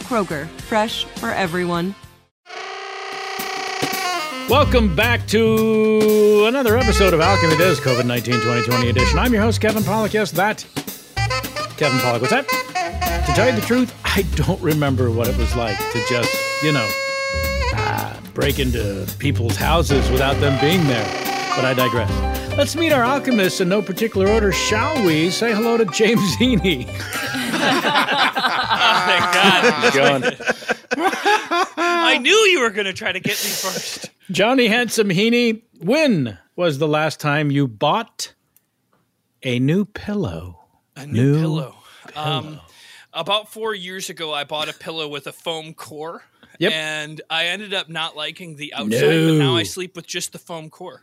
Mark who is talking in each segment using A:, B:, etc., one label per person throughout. A: Kroger, fresh for everyone.
B: Welcome back to another episode of Alchemy Does COVID 19 2020 edition. I'm your host, Kevin Pollock. Yes, that Kevin Pollock. What's that? To tell you the truth, I don't remember what it was like to just, you know, uh, break into people's houses without them being there. But I digress. Let's meet our alchemists in no particular order, shall we? Say hello to James Heaney.
C: oh, thank God. I knew you were going to try to get me first.
B: Johnny Handsome Heaney, when was the last time you bought a new pillow?
C: A new, new pillow. pillow. Um, about four years ago, I bought a pillow with a foam core. Yep. And I ended up not liking the outside, no. but now I sleep with just the foam core.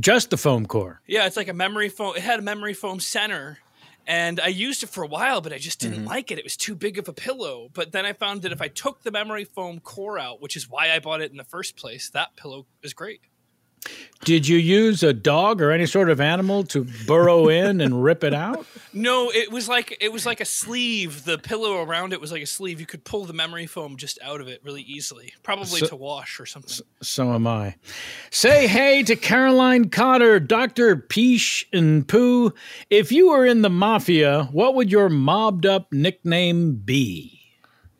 B: Just the foam core.
C: Yeah, it's like a memory foam. It had a memory foam center, and I used it for a while, but I just didn't mm-hmm. like it. It was too big of a pillow. But then I found that if I took the memory foam core out, which is why I bought it in the first place, that pillow is great.
B: Did you use a dog or any sort of animal to burrow in and rip it out?
C: No, it was like it was like a sleeve. The pillow around it was like a sleeve. You could pull the memory foam just out of it really easily, probably so, to wash or something.
B: So am I. Say hey to Caroline Cotter, Doctor Peesh and Pooh. If you were in the mafia, what would your mobbed up nickname be?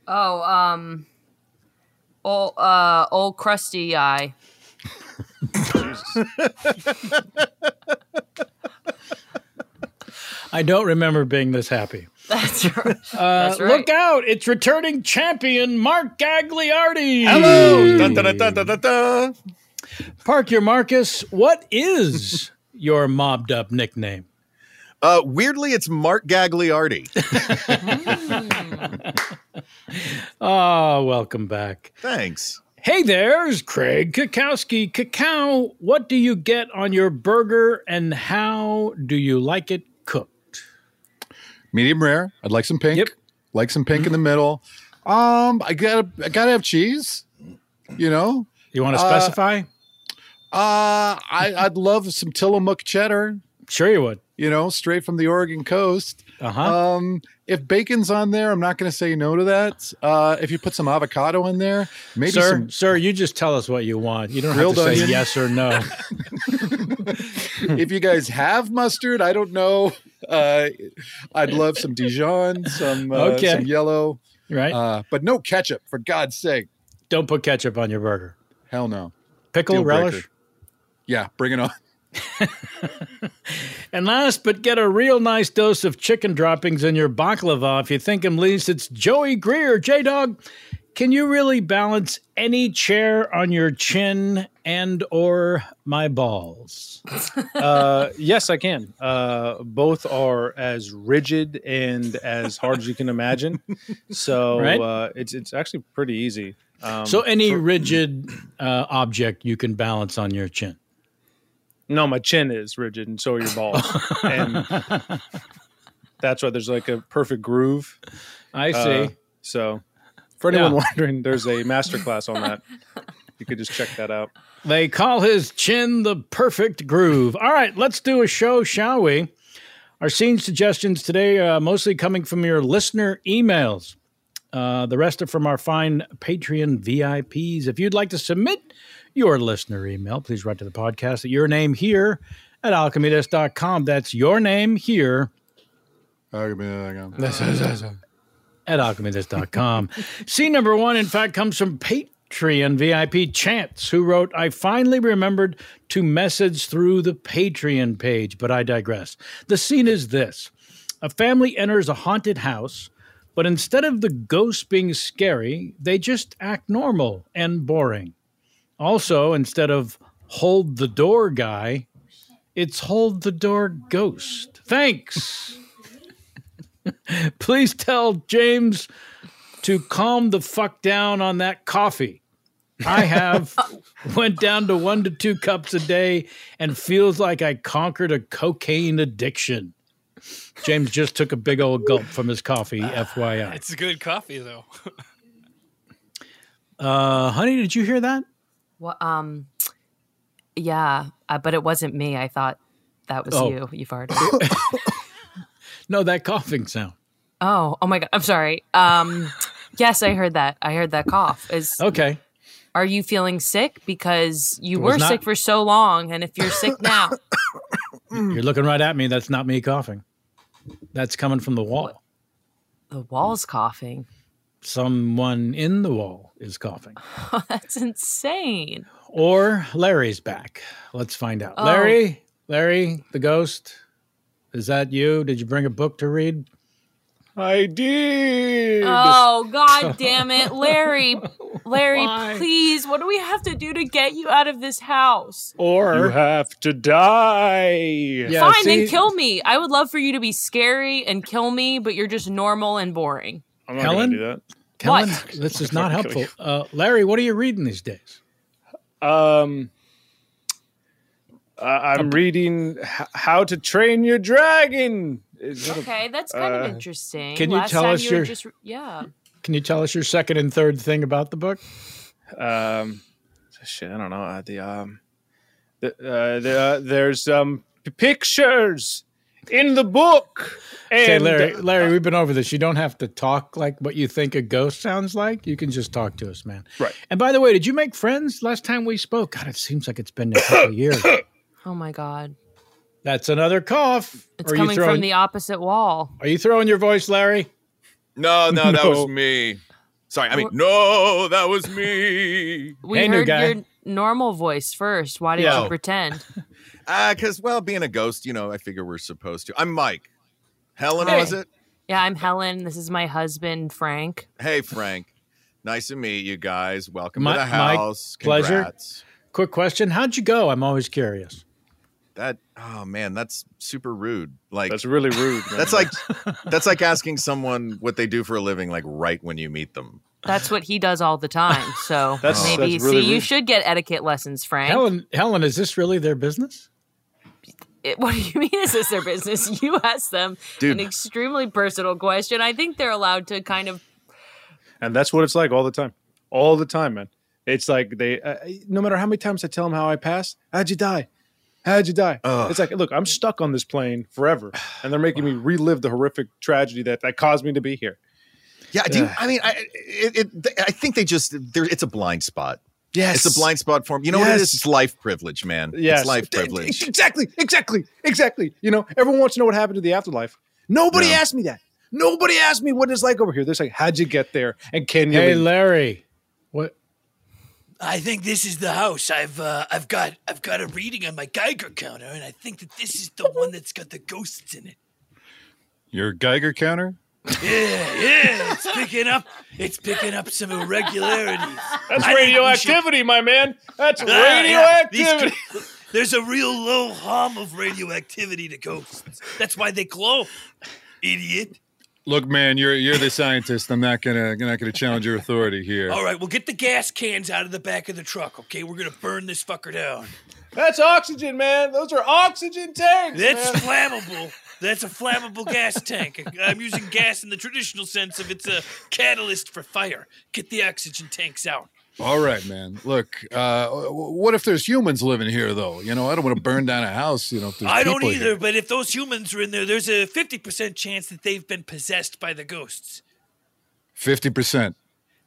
D: Oh, um, old uh, old crusty eye.
B: I don't remember being this happy.
D: That's right. Uh, That's right.
B: Look out! It's returning champion Mark Gagliardi.
E: Hello. Dun, dun, dun,
B: Park your Marcus. What is your mobbed up nickname?
F: Uh, weirdly, it's Mark Gagliardi.
B: Ah, welcome back.
F: Thanks.
B: Hey there's Craig Kakowski. Cacao, what do you get on your burger and how do you like it cooked?
G: Medium rare. I'd like some pink.
B: Yep. Mm-hmm.
G: Like some pink in the middle. Um, I gotta, I gotta have cheese. You know,
B: You want to
G: Uh,
B: specify?
G: uh, I, I'd love some Tillamook cheddar.
B: Sure you would.
G: You know, straight from the Oregon coast.
B: Uh-huh.
G: Um, if bacon's on there, I'm not going to say no to that. Uh, if you put some avocado in there, maybe
B: sir,
G: some
B: sir, you just tell us what you want. You don't have
G: Grilled
B: to say
G: onion.
B: yes or no.
G: if you guys have mustard, I don't know. Uh, I'd love some Dijon, some uh,
B: Okay.
G: some yellow,
B: Right?
G: uh, but no ketchup for God's sake.
B: don't put ketchup on your burger.
G: Hell no.
B: Pickle
G: Deal breaker.
B: relish.
G: Yeah, bring it on.
B: And last, but get a real nice dose of chicken droppings in your baklava. If you think him least, it's Joey Greer, J Dog. Can you really balance any chair on your chin and or my balls?
H: Uh, yes, I can. Uh, both are as rigid and as hard as you can imagine. So
B: Right.
H: uh, it's it's actually pretty easy. Um,
B: so any rigid uh, object you can balance on your chin.
H: no, my chin is rigid, and so are your balls. and that's why there's like a perfect groove.
B: I see.
H: Uh, so for anyone
B: Yeah.
H: wondering, there's a masterclass on that. You could just check that out.
B: They call his chin the perfect groove. All right, let's do a show, shall we? Our scene suggestions today are mostly coming from your listener emails. Uh, the rest are from our fine Patreon VIPs. If you'd like to submit your listener email, please write to the podcast at your name here at alchemydesk.com. That's your name here at alchemythis.com. Scene number one, in fact, comes from Patreon VIP Chance, who wrote, I finally remembered to message through the Patreon page, but I digress. The scene is this a family enters a haunted house, but instead of the ghosts being scary, they just act normal and boring. Also, instead of hold the door guy, it's hold the door ghost. Thanks. Please tell James to calm the fuck down on that coffee. I have went down to one to two cups a day and feels like I conquered a cocaine addiction. James just took a big old gulp from his coffee, FYI.
C: It's good coffee though.
B: Uh, honey, did you hear that?
D: What? Um. Yeah, uh, but it wasn't me. I thought that was
B: Oh.
D: you. You farted.
B: No, that coughing sound.
D: oh, oh my god. I'm sorry. Um. Yes, I heard that. I heard that cough. Is
B: Okay.
D: are you feeling sick because you
B: was
D: were
B: not-
D: sick for so long, and if you're sick now, Mm.
B: You're looking right at me. That's not me coughing. That's coming from the wall.
D: the wall's coughing.
B: Someone in the wall is coughing.
D: That's insane.
B: Or Larry's back. Let's find out.
D: Oh.
B: Larry, Larry, the ghost, is that you? Did you bring a book to read?
H: I did.
D: Oh God damn it, Larry! Larry, please, what do we have to do to get you out of this house?
H: or you have to die.
B: Yeah,
D: Fine,
B: see,
D: then kill me. I would love for you to be scary and kill me, but you're just normal and boring.
H: I'm not
B: Helen?
H: gonna do that.
B: Kellen,
D: What?
B: This is not
H: I'm fucking
B: helpful. Uh, Larry, what are you reading these days?
H: Um, I Uh,
B: Um,
H: I'm reading H- How to Train Your Dragon. Is that a-
D: Okay, that's kind
H: Uh,
D: of interesting.
B: can you
D: Last
B: tell
D: time
B: us
D: you were
B: your-
D: just yeah.
B: Can you tell us your second and third thing about the book?
H: um, shit, I don't know. Uh, the um, the, uh, the, uh, there's um p- pictures in the book. And,
B: Okay, Larry, Larry, we've been over this. You don't have to talk like what you think a ghost sounds like. You can just talk to us, man.
H: Right.
B: And by the way, did you make friends last time we spoke? God, it seems like it's been a couple years.
D: Oh my God,
B: That's another cough.
D: it's
B: are you
D: coming
B: throwing,
D: from the opposite wall.
B: Are you throwing your voice, Larry?
F: No, no, that
H: No.
F: was me. Sorry, I mean, no, that was me.
D: We
B: Hey, new
D: heard
B: guy.
D: your normal voice first. Why did
F: Yeah.
D: you pretend?
F: Ah, because well, being a ghost, you know, I figure we're supposed to. I'm Mike. Helen
D: Hey.
F: was it?
D: Yeah, I'm Helen. This is my husband, Frank.
F: Hey, Frank. Nice to meet you guys. Welcome
B: Mi-
F: to the
B: Mike,
F: house.
B: pleasure.
F: Congrats.
B: Quick question. How'd you go? I'm always curious.
F: That oh man, that's super rude. Like
H: that's really rude. man.
F: That's like that's like asking someone what they do for a living, like right when you meet them.
I: That's what he does all the time. So
F: That's-
I: maybe
F: that's really
I: see, you
F: rude.
I: should get etiquette lessons, Frank.
B: Helen, Helen, is this really their business?
I: It- what do you mean? Is this their business? You ask them
H: Dude.
I: an extremely personal question. I think they're allowed to kind of.
H: and that's what it's like all the time, all the time, man. It's like they, uh, no matter how many times I tell them how I passed, how'd you die? How'd you die? It's like, look, I'm stuck on this plane forever, and they're making me relive the horrific tragedy that that caused me to be here.
F: Yeah, I do. I mean, I it, it, I think they just there. It's a blind spot.
H: Yes.
F: it's a blind spot for them. You know what it
H: Yes.
F: is? It's life privilege, man.
H: Yes.
F: it's life
H: D- d-
F: privilege.
H: Exactly, exactly, exactly. You know, everyone wants to know what happened to the afterlife. Nobody
F: Yeah.
H: asked me that. Nobody asked me what it's like over here. They're like, how'd you get there? And can you?
B: Hey,
H: leave?"
B: Larry. What?
C: I think this is the house. I've uh, I've got I've got a reading on my Geiger counter, and I think that this is the one that's got the ghosts in it.
G: Your Geiger counter?
C: Yeah, yeah, it's picking up. It's picking up some irregularities.
H: That's
C: I think we
H: radioactivity, my man. That's
C: should- Ah, yeah, these
H: radioactivity.
C: co- There's a real low harm of radioactivity to ghosts. That's why they glow, idiot.
G: Look, man, you're you're the scientist. I'm not gonna I'm not gonna challenge your authority here.
C: All right, well, get the gas cans out of the back of the truck, okay? We're gonna burn this fucker down.
H: That's oxygen, man. Those are oxygen tanks.
C: That's
H: man.
C: flammable. That's a flammable gas tank. I'm using gas in the traditional sense of it's a catalyst for fire. Get the oxygen tanks out.
G: All right, man. Look, uh, w- what if there's humans living here though? You know, I don't want to burn down a house. You know, if there's
C: I don't
G: people
C: either,
G: here.
C: but if those humans are in there, there's a 50% chance that they've been possessed by the ghosts.
G: Fifty percent.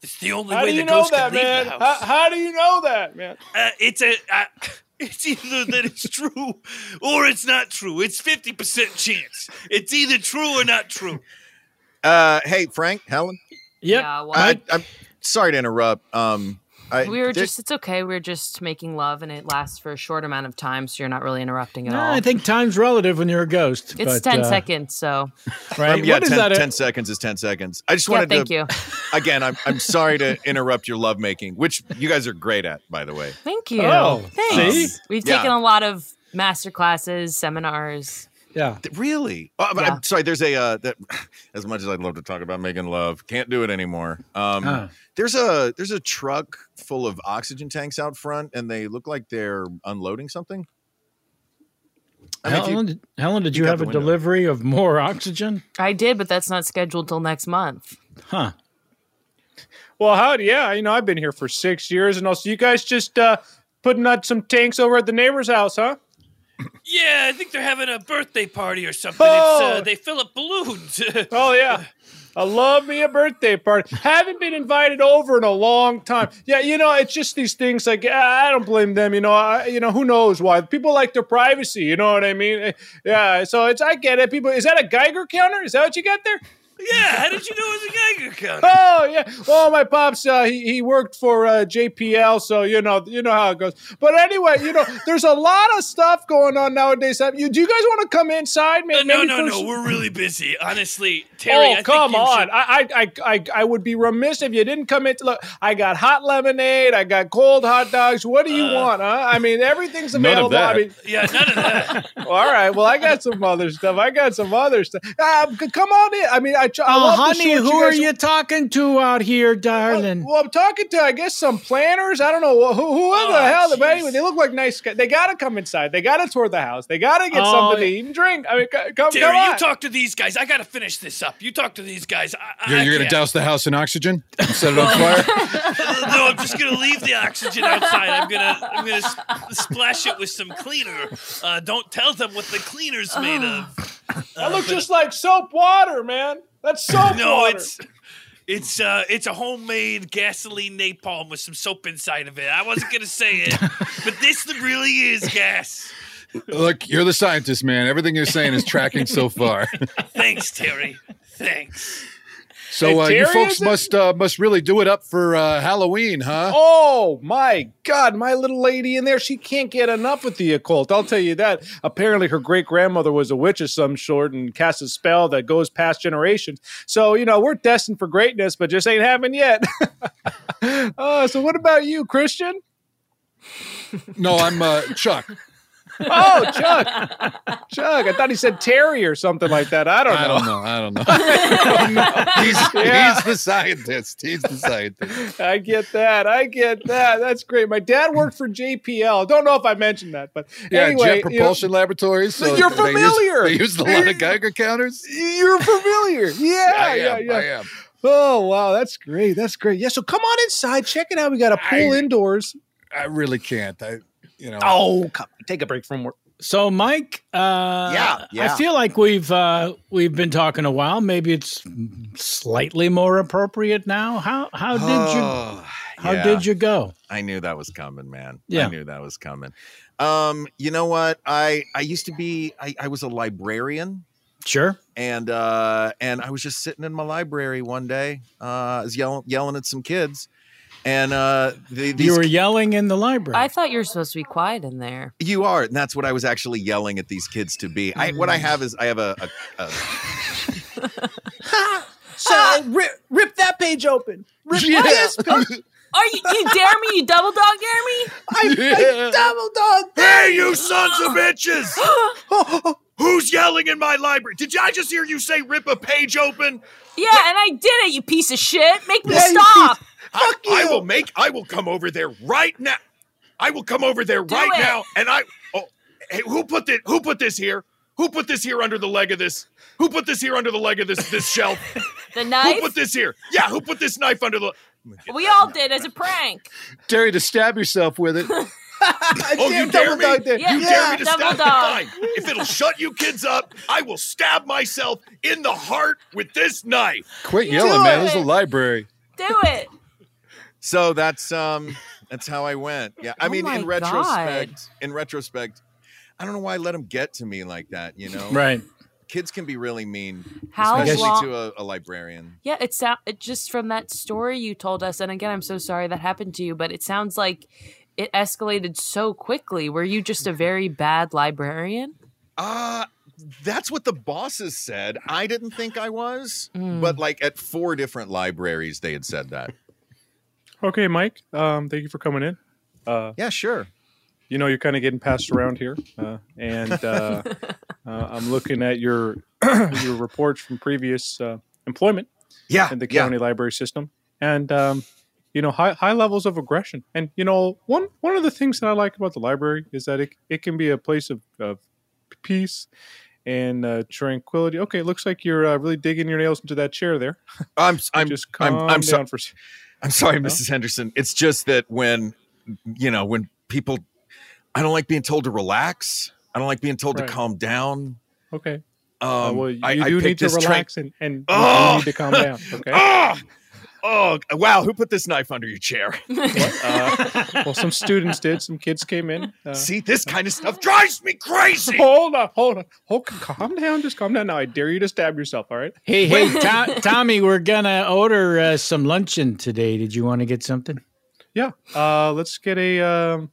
C: It's the only
H: How
C: way
H: do you
C: the
H: know
C: ghosts
H: that,
C: can leave
H: man?
C: the
H: How,
C: house.
H: how do you know that, man?
C: Uh, it's a. Uh, it's either that it's true or it's not true. It's 50% chance. It's either true or not true.
F: Uh, hey, Frank, Helen.
I: Yeah, well,
F: I, I'm sorry to interrupt. Um, I,
I: we were
F: did-
I: just, it's okay. We are just making love and it lasts for a short amount of time, so you're not really interrupting at
B: Nah,
I: all.
B: I think time's relative when you're a ghost.
I: it's
B: but,
I: 10
B: uh,
I: seconds, so.
B: Right?
F: Um, yeah,
B: what is
F: 10,
B: that?
F: 10 seconds is 10 seconds. I just
I: Yeah,
F: wanted
I: thank
F: to.
I: you.
F: Again, I'm, I'm sorry to interrupt your lovemaking, which you guys are great at, by the way.
I: Thank you.
B: Oh,
I: Thanks.
B: see?
I: We've
F: Yeah.
I: taken a lot of master classes, seminars.
B: yeah.
F: Th- Really? Oh, I'm,
I: Yeah.
F: I'm sorry. There's a uh, that, as much as I'd love to talk about making love, can't do it anymore. Um,
B: Huh.
F: There's a there's a truck full of oxygen tanks out front, and they look like they're unloading something. I mean, if you-
B: Helen, did- Helen, did
F: peek
B: you
F: out
B: have
F: the
B: a
F: window.
B: delivery of more oxygen?
I: I did, but that's not scheduled till next month.
B: Huh.
H: Well, how? Yeah, you know, I've been here for six years, and also you guys just uh, putting out some tanks over at the neighbor's house, huh?
C: Yeah, I think they're having a birthday party or something. It's,
H: Oh!
C: uh, they fill up balloons.
H: Oh yeah. I love me a birthday party. Haven't been invited over in a long time. Yeah, you know, it's just these things. Like, ah, I don't blame them. You know, I, you know, who knows why people like their privacy. You know what I mean? Eh, Yeah. So it's, I get it. People, is that a Geiger counter? Is that what you got there?
C: yeah, how did you know it was a Geiger counter?
H: Oh yeah. Well, my pops, uh, he he worked for uh, JPL, so you know, you know how it goes. But anyway, you know, there's a lot of stuff going on nowadays. Uh, You, do you guys want to come inside? May-
C: Uh, no,
H: maybe
C: no,
H: for
C: no.
H: s-
C: We're really busy. Honestly, Terry, I
H: oh
C: think
H: come
C: you
H: on!
C: should-
H: I, I I I I would be remiss if you didn't come in. To, look, I got hot lemonade. I got cold hot dogs. What do you
B: Uh.
H: want? Huh? I mean, everything's
G: None of
H: available. I
G: that.
H: mean,
C: Yeah, none of that.
H: all right. Well, I got some other stuff. I got some other stuff. Um, c- come on in. I mean, I, tr- I
B: Oh,
H: love the
B: honey,
H: shorts
B: who are
H: guys-
B: you talking to out here, darling?
H: Well, I'm talking to, I guess, some planners. I don't know who, who in the
C: Oh,
H: hell. But
C: jeez.
H: anyway, they look like nice. guys. They gotta come inside. They gotta tour the house. They gotta get
B: Oh,
H: something to
B: yeah.
H: eat and drink. I mean, c- come, come
C: Terry,
H: on.
C: you talk to these guys. I gotta finish this up. You talk to these guys. I,
G: You're,
C: I
G: you're gonna
C: can't.
G: douse the house in oxygen and set it on fire.
C: no, I'm just gonna leave the oxygen outside. I'm gonna I'm gonna s- splash it with some cleaner. Uh, don't tell them what the cleaner's made of.
B: Oh,
C: Uh,
H: that looks just like soap water, man. That's soap
C: No,
H: water.
C: it's it's uh it's a homemade gasoline napalm with some soap inside of it. I wasn't gonna say it, but this really is gas.
G: Look, you're the scientist, man. Everything you're saying is tracking so far.
C: Thanks, Terry. Thanks.
G: So uh, you
H: Interior,
G: folks
H: is it?
G: must uh, must really do it up for uh, Halloween, huh?
H: Oh my God, my little lady in there, she can't get enough with the occult. I'll tell you that. Apparently, her great grandmother was a witch of some sort and cast a spell that goes past generations. So, you know, we're destined for greatness, but just ain't happened yet. uh, so, what about you, Christian?
G: No, I'm uh, Chuck.
H: Oh, Chuck. Chuck. I thought he said Terry or something like that. I don't know.
G: I don't know. I don't know. he's,
H: Yeah.
G: he's the scientist. He's the scientist.
H: I get that. I get that. That's great. My dad worked for JPL. Don't know if I mentioned that, but
G: Yeah,
H: anyway,
G: Jet Propulsion Laboratories.
H: So
G: So
H: you're
G: they use-
H: familiar.
G: They used a lot of Geiger counters.
H: You're familiar. Yeah,
G: I
H: yeah,
G: am,
H: yeah.
G: I am.
H: Oh wow, that's great. That's great. Yeah. So come on inside. Check it out. We got a pool indoors.
G: I really can't. I, you know.
H: Oh, come, take a break from work.
B: So, Mike, uh,
G: Yeah, yeah.
B: I feel like we've uh, we've been talking a while. Maybe it's slightly more appropriate now. How how did
F: Oh,
B: you how
F: yeah.
B: did you go?
F: I knew that was coming, man.
B: Yeah.
F: I knew that was coming. Um, you know what? I I used to be I, I was a librarian.
B: Sure.
F: And uh and I was just sitting in my library one day. Uh I was yelling yelling at some kids. And uh the, these
B: You were yelling in the library.
I: I thought you were supposed to be quiet in there.
F: You are, and that's what I was actually yelling at these kids to be. I what I
D: Mm.
F: have is I have a, a, a
H: So
F: Ah!
H: rip, rip that page open. Rip
G: Yeah.
H: this page.
D: Are you, you dare me? You double dog dare me?
H: I, I double dog.
F: Hey, you sons of bitches! Who's yelling in my library? Did I just hear you say rip a page open?
D: Yeah, and I did it, you piece of shit. Make me
F: Yeah, you
D: stop.
F: I, I will make. I will come over there right now. I will come over there
D: Do
F: right
D: it.
F: now, and I. Oh, hey, who put this? Who put this here? Who put this here under the leg of this? Who put this here under the leg of this this shelf?
D: The
F: who
D: knife.
F: put this here? Yeah, who put this knife under the?
D: we all did as a prank.
G: Terry, to stab yourself with it.
F: Oh, you dare me?
D: Yeah,
F: You dare me to
D: double
F: stab?
D: dog.
F: Fine. If it'll shut you kids up, I will stab myself in the heart with this knife.
G: Quit
D: Do
G: yelling, man. This is a
D: it.
G: library.
D: Do it.
F: So that's um that's how I went. Yeah. I
D: Oh
F: mean
D: my
F: in retrospect, in retrospect, I don't know why I let them get to me like that, you know.
B: Right.
F: Kids can be really mean,
D: How
F: especially
D: long-
F: to a, a librarian.
D: Yeah, it sound it just from that story you told us, and again, I'm so sorry that happened to you, but it sounds like it escalated so quickly. Were you just a very bad librarian?
F: Uh that's what the bosses said. I didn't think I was,
D: Mm.
F: but like at four different libraries they had said that.
H: Okay, Mike. Um, thank you for coming in. Uh,
F: yeah, sure.
H: You know, you're kind of getting passed around here, uh, and uh, uh, I'm looking at your your reports from previous uh, employment.
F: Yeah,
H: in the
F: yeah.
H: county library system, and um, you know, high high levels of aggression. And you know, one one of the things that I like about the library is that it it can be a place of, of peace and uh, tranquility. Okay, it looks like you're uh, really digging your nails into that chair there.
F: I'm I'm
H: just
F: I'm-
H: calm
F: I'm so-
H: down for. s-
F: I'm sorry,
H: No?
F: Mrs. Henderson. It's just that when, you know, when people, I don't like being told to relax. I don't like being told
H: Right.
F: to calm down.
H: Okay.
F: Um,
H: Uh, well, you
F: I, I
H: do
F: picked
H: need to
F: this tra-
H: relax and, and you- you
F: Oh!
H: need to calm down. Okay.
F: Ah! Oh, wow. Who put this knife under your chair?
H: Uh, Well, some students did. Some kids came in. Uh,
F: See, this kind of stuff drives me crazy.
H: Hold up, hold up. Hold, calm down. Just calm down. Now, I dare you to stab yourself. All right.
B: Hey, hey, To- Tommy, we're gonna order uh, some luncheon today. Did you want to get something?
H: Yeah. Uh, let's get a. Um,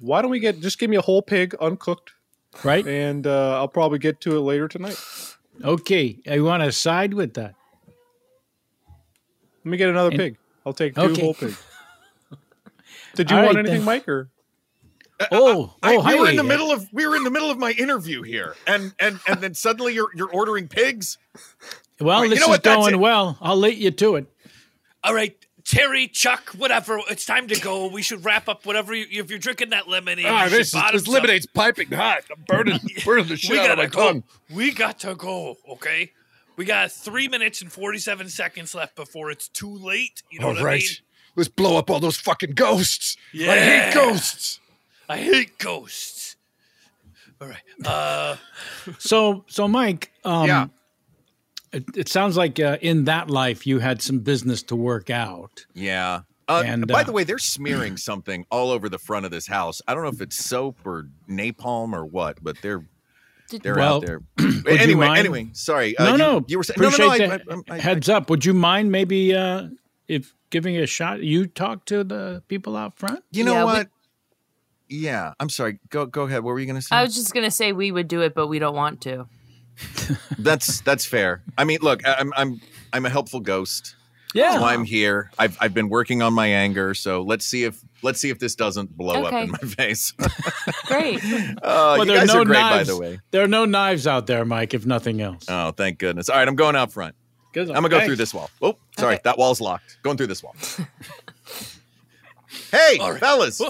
H: why don't we get just give me a whole pig uncooked,
B: Right.
H: and uh, I'll probably get to it later tonight.
B: Okay, I want to side with that.
H: Let me get another
B: And-
H: pig. I'll take two
B: Okay.
H: whole pig. Did you
B: All
H: want
B: right,
H: anything,
B: then.
H: Mike? Or
B: Oh,
F: I,
B: oh, hi.
F: we were in the middle of we were in the middle of my interview here, and and and then suddenly you're you're ordering pigs.
B: Well,
F: Right, you
B: this
F: know
B: is
F: what, that's
B: going
F: it.
B: well. I'll let you to it.
C: All right, Terry, Chuck, whatever. It's time to go. We should wrap up whatever. You, if you're drinking that lemonade,
G: Ah,
C: you should
G: this, is,
C: bottoms
G: this
C: up.
G: lemonade's piping hot. I'm burning, burning the shit
C: we
G: out
C: gotta
G: of my
C: go.
G: tongue.
C: We got to go. Okay, we got three minutes and forty-seven seconds left before it's too late. You know
G: all
C: what
G: right.
C: I mean?
G: Let's blow up all those fucking ghosts. I
C: Yeah.
G: hate ghosts.
C: I hate ghosts. All right. Uh,
B: So, so Mike, um, it, it sounds like uh, in that life you had some business to work out.
F: Yeah. Uh,
B: And,
F: by
B: uh,
F: the way, they're smearing something all over the front of this house. I don't know if it's soap or napalm or what, but they're
D: Did-
F: they're
B: Well,
F: out there.
B: would you
F: anyway,
B: mind-
F: anyway, sorry. uh,
B: no,
F: you,
B: no,
F: you were saying no, no,
B: appreciate
F: no. I,
B: the
F: I- I- I-
B: heads up. Would you mind maybe uh, if giving it a shot? You talk to the people out front.
F: you know
D: Yeah, we-
F: what? Yeah, I'm sorry. Go go ahead. What were you going to say?
D: I was just gonna say we would do it, but we don't want to.
F: that's that's fair. I mean, look, I, I'm I'm I'm a helpful ghost.
B: Yeah,
F: That's why I'm here. I've I've been working on my anger, so let's see if Let's see if this doesn't blow up
D: Okay.
F: in my face.
D: Great.
F: Uh, you
B: there
F: guys are great, by
B: knives.
F: the way.
B: There are no knives out there, Mike. If nothing else.
F: Oh, thank goodness. All right, I'm going out front.
B: Good
F: I'm
B: luck.
F: gonna go
B: Thanks.
F: through this wall. Oh, sorry, that wall's locked. Going through this wall. hey, fellas.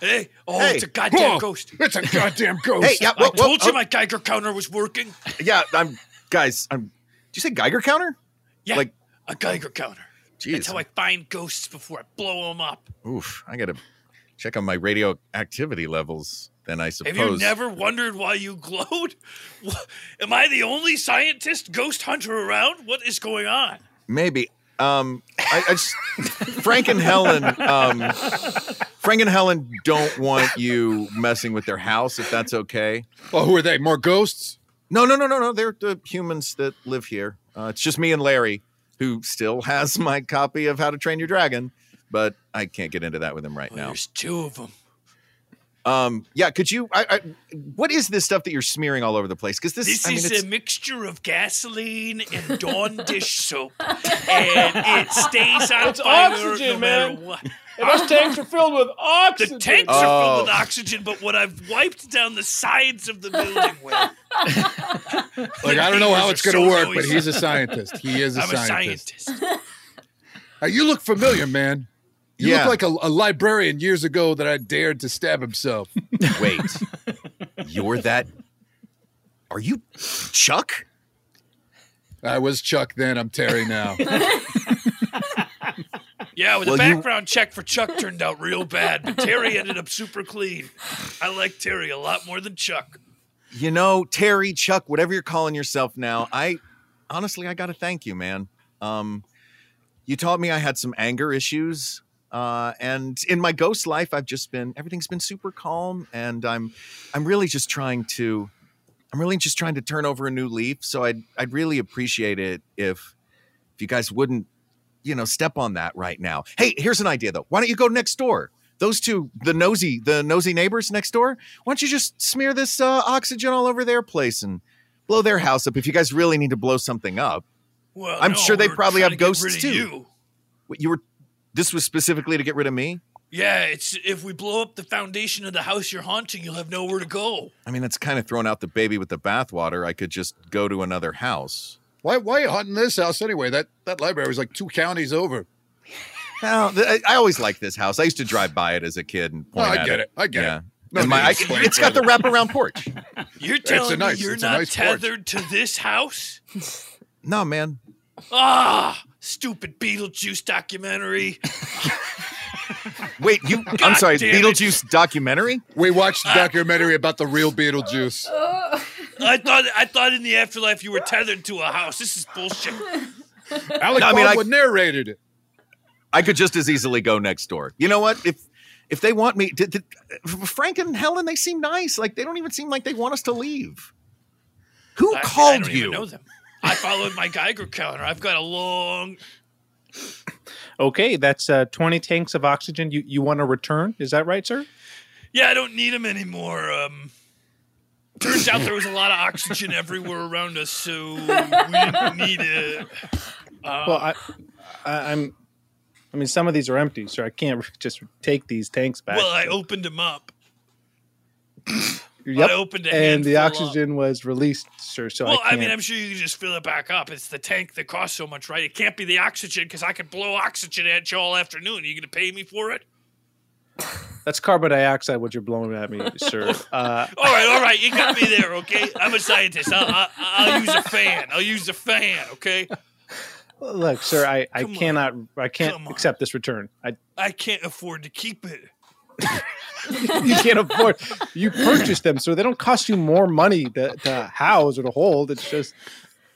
C: Hey, oh,
F: Hey.
C: it's a goddamn
F: Whoa,
C: ghost.
G: It's a goddamn
F: Hey, yeah,
C: I
F: whoa, whoa,
C: told you
F: oh.
C: my Geiger counter was working.
F: Yeah, I'm guys. I'm. Did you say Geiger counter?
C: Yeah,
F: Like,
C: a Geiger counter.
F: jeez.
C: That's how I find ghosts before I blow them up.
F: Oof, I gotta check on my radio activity levels. Then I suppose.
C: Have you never wondered why you glowed? Wha- Am I the only scientist ghost hunter around? What is going on?
F: Maybe. Um, I, I just, Frank and Helen. Um, Frank and Helen don't want you messing with their house, if that's okay.
G: Well, who are they? More ghosts?
F: No, no, no, no, no. They're the humans that live here. Uh, it's just me and Larry, who still has my copy of How to Train Your Dragon, but I can't get into that with him right now.
C: There's two of them.
F: Um, yeah, could you? I, I, what is this stuff that you're smearing all over the place? Because this,
C: This,
F: I mean,
C: is
F: it's-
C: a mixture of gasoline and Dawn dish soap, and it stays on
H: It's
C: fire
H: oxygen,
C: no matter
H: man.
C: what.
H: And those tanks are filled with oxygen.
C: The tanks are filled with
F: Oh.
C: oxygen, but what I've wiped down the sides of the building with.
G: Like I don't know how
C: These
G: it's
C: are
G: going
C: so
G: to work, but
C: noisy.
G: he's a scientist. He is a
C: I'm
G: scientist.
C: a scientist.
G: Hey, you look familiar, man. You
F: Yeah.
G: look like a, a librarian years ago that I dared to stab himself.
F: wait, you're that? Are you Chuck?
G: I was Chuck then. I'm Terry now.
C: Yeah, well, the
F: Well, you-
C: background check for Chuck turned out real bad, but Terry ended up super clean. I like Terry a lot more than Chuck.
F: You know, Terry, Chuck, whatever you're calling yourself now, I honestly, I got to thank you, man. Um, you taught me I had some anger issues. Uh, and in my ghost life, I've just been, everything's been super calm. And I'm, I'm really just trying to, I'm really just trying to turn over a new leaf. So I'd, I'd really appreciate it if, if you guys wouldn't, you know, step on that right now. Hey, here's an idea though. Why don't you go next door? Those two, the nosy, the nosy neighbors next door. Why don't you just smear this uh, oxygen all over their place and blow their house up? If you guys really need to blow something up,
C: Well,
F: I'm
C: no,
F: sure they
C: we're
F: probably
C: trying to
F: have
C: get
F: ghosts
C: rid of
F: too.
C: you.
F: What, you were. This was specifically to get rid of me.
C: Yeah, it's if we blow up the foundation of the house you're haunting, you'll have nowhere to go.
F: I mean, that's kind of throwing out the baby with the bathwater. I could just go to another house.
G: why? Why are you hunting this house anyway? That that library was like two counties over.
F: Now, th- I I always liked this house. I used to drive by it as a kid and
G: No,
F: point
G: I
F: at
G: get it. I get
F: yeah.
G: it. No
F: and
G: need
F: my,
G: to
F: I,
G: explain
F: it's got the
G: further.
F: wraparound porch.
C: You're
G: It's a
C: telling
G: nice-
C: me you're
G: it's a
C: not
G: nice porch.
C: tethered to this house?
F: No, man.
C: Ah, stupid Beetlejuice documentary.
F: Wait, you? I'm
C: God
F: sorry.
C: damn it.
F: Beetlejuice documentary.
G: We watched a documentary about the real Beetlejuice.
C: I thought I thought in the afterlife you were tethered to a house. This is bullshit.
G: Alec
F: No, I mean, I-
G: Baldwin narrated it.
F: I could just as easily go next door. You know what? If if they want me, did, did, Frank and Helen, they seem nice. Like they don't even seem like they want us to leave. Who
C: I- I
F: called
C: don't even
F: you?
C: know them. I followed my Geiger counter. I've got a long.
H: Okay, that's uh, 20 tanks of oxygen. You you want to return? Is that right, sir?
C: Yeah, I don't need them anymore. Um, turns out there was a lot of oxygen everywhere around us, so we didn't need it. Uh, Um,
H: well, I, I, I'm. I mean, some of these are empty, so I can't just take these tanks back.
C: Well, I opened them up.
H: Yep.
C: I opened a
H: and the
C: handful up.
H: oxygen was released, sir. So
C: well,
H: I,
C: I,
H: can't.
C: mean, I'm sure you can just fill it back up. It's the tank that costs so much, right? It can't be the oxygen because I could blow oxygen at you all afternoon. Are you going to pay me for it?
H: That's carbon dioxide. What you're blowing at me, sir. Uh,
C: All right, all right. You got me there, okay? I'm a scientist. I'll, I'll, I'll use a fan. I'll use a fan, okay?
H: look, sir. I, I
C: Oh, Come on.
H: cannot. I can't
C: Come on.
H: accept this return. I
C: I can't afford to keep it.
H: you can't afford. You purchased them, so they don't cost you more money to, to house or to hold. It's just.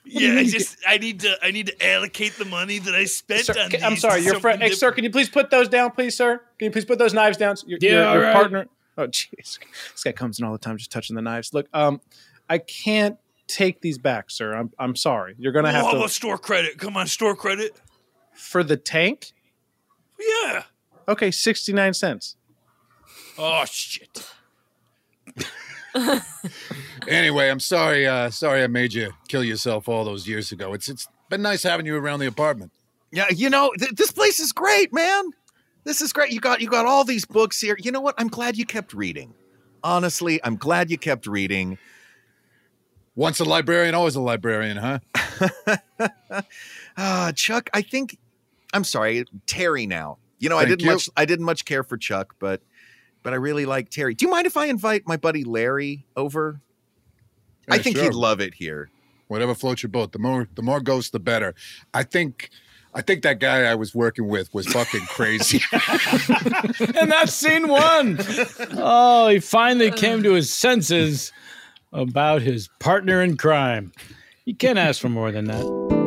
C: Yeah, I just I need to I need to allocate the money that I spent
H: Sir,
C: on.
H: ca- I'm
C: these
H: sorry,
C: to
H: your friend.
C: something
H: Hey, sir,
C: that-
H: can you please put those down, please, sir? Can you please put those knives down? Your,
B: Yeah,
H: your,
B: all
H: your
B: right.
H: partner. Oh, jeez, this guy comes in all the time, just touching the knives. Look, um, I can't take these back, sir. I'm I'm sorry. You're gonna have
C: Oh,
H: to
C: about store credit? Come on, store credit.
H: for the tank.
C: Yeah.
H: Okay, sixty nine cents.
C: Oh shit.
G: Anyway, I'm sorry. Uh, sorry, I made you kill yourself all those years ago. It's it's been nice having you around the apartment.
F: Yeah, you know th- this place is great, man. This is great. You got you got all these books here. You know what? I'm glad you kept reading. Honestly, I'm glad you kept reading.
G: Once a librarian, always a librarian, huh?
F: Ah, Chuck, I think I'm sorry, Terry now. You know, I
G: Thank
F: didn't
G: you.
F: much I didn't much care for Chuck, but but I really like Terry. Do you mind if I invite my buddy Larry over? I think he'd love it here.
G: Whatever floats your boat. The more the more ghosts, the better. I think I think that guy I was working with was fucking crazy.
B: and that's scene one. Oh, he finally came to his senses about his partner in crime. You can't ask for more than that.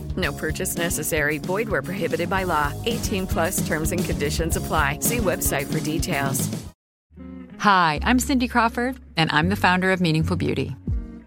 J: No purchase necessary. Void where prohibited by law. 18 plus terms and conditions apply. See website for details.
K: Hi, I'm Cindy Crawford, and I'm the founder of Meaningful Beauty.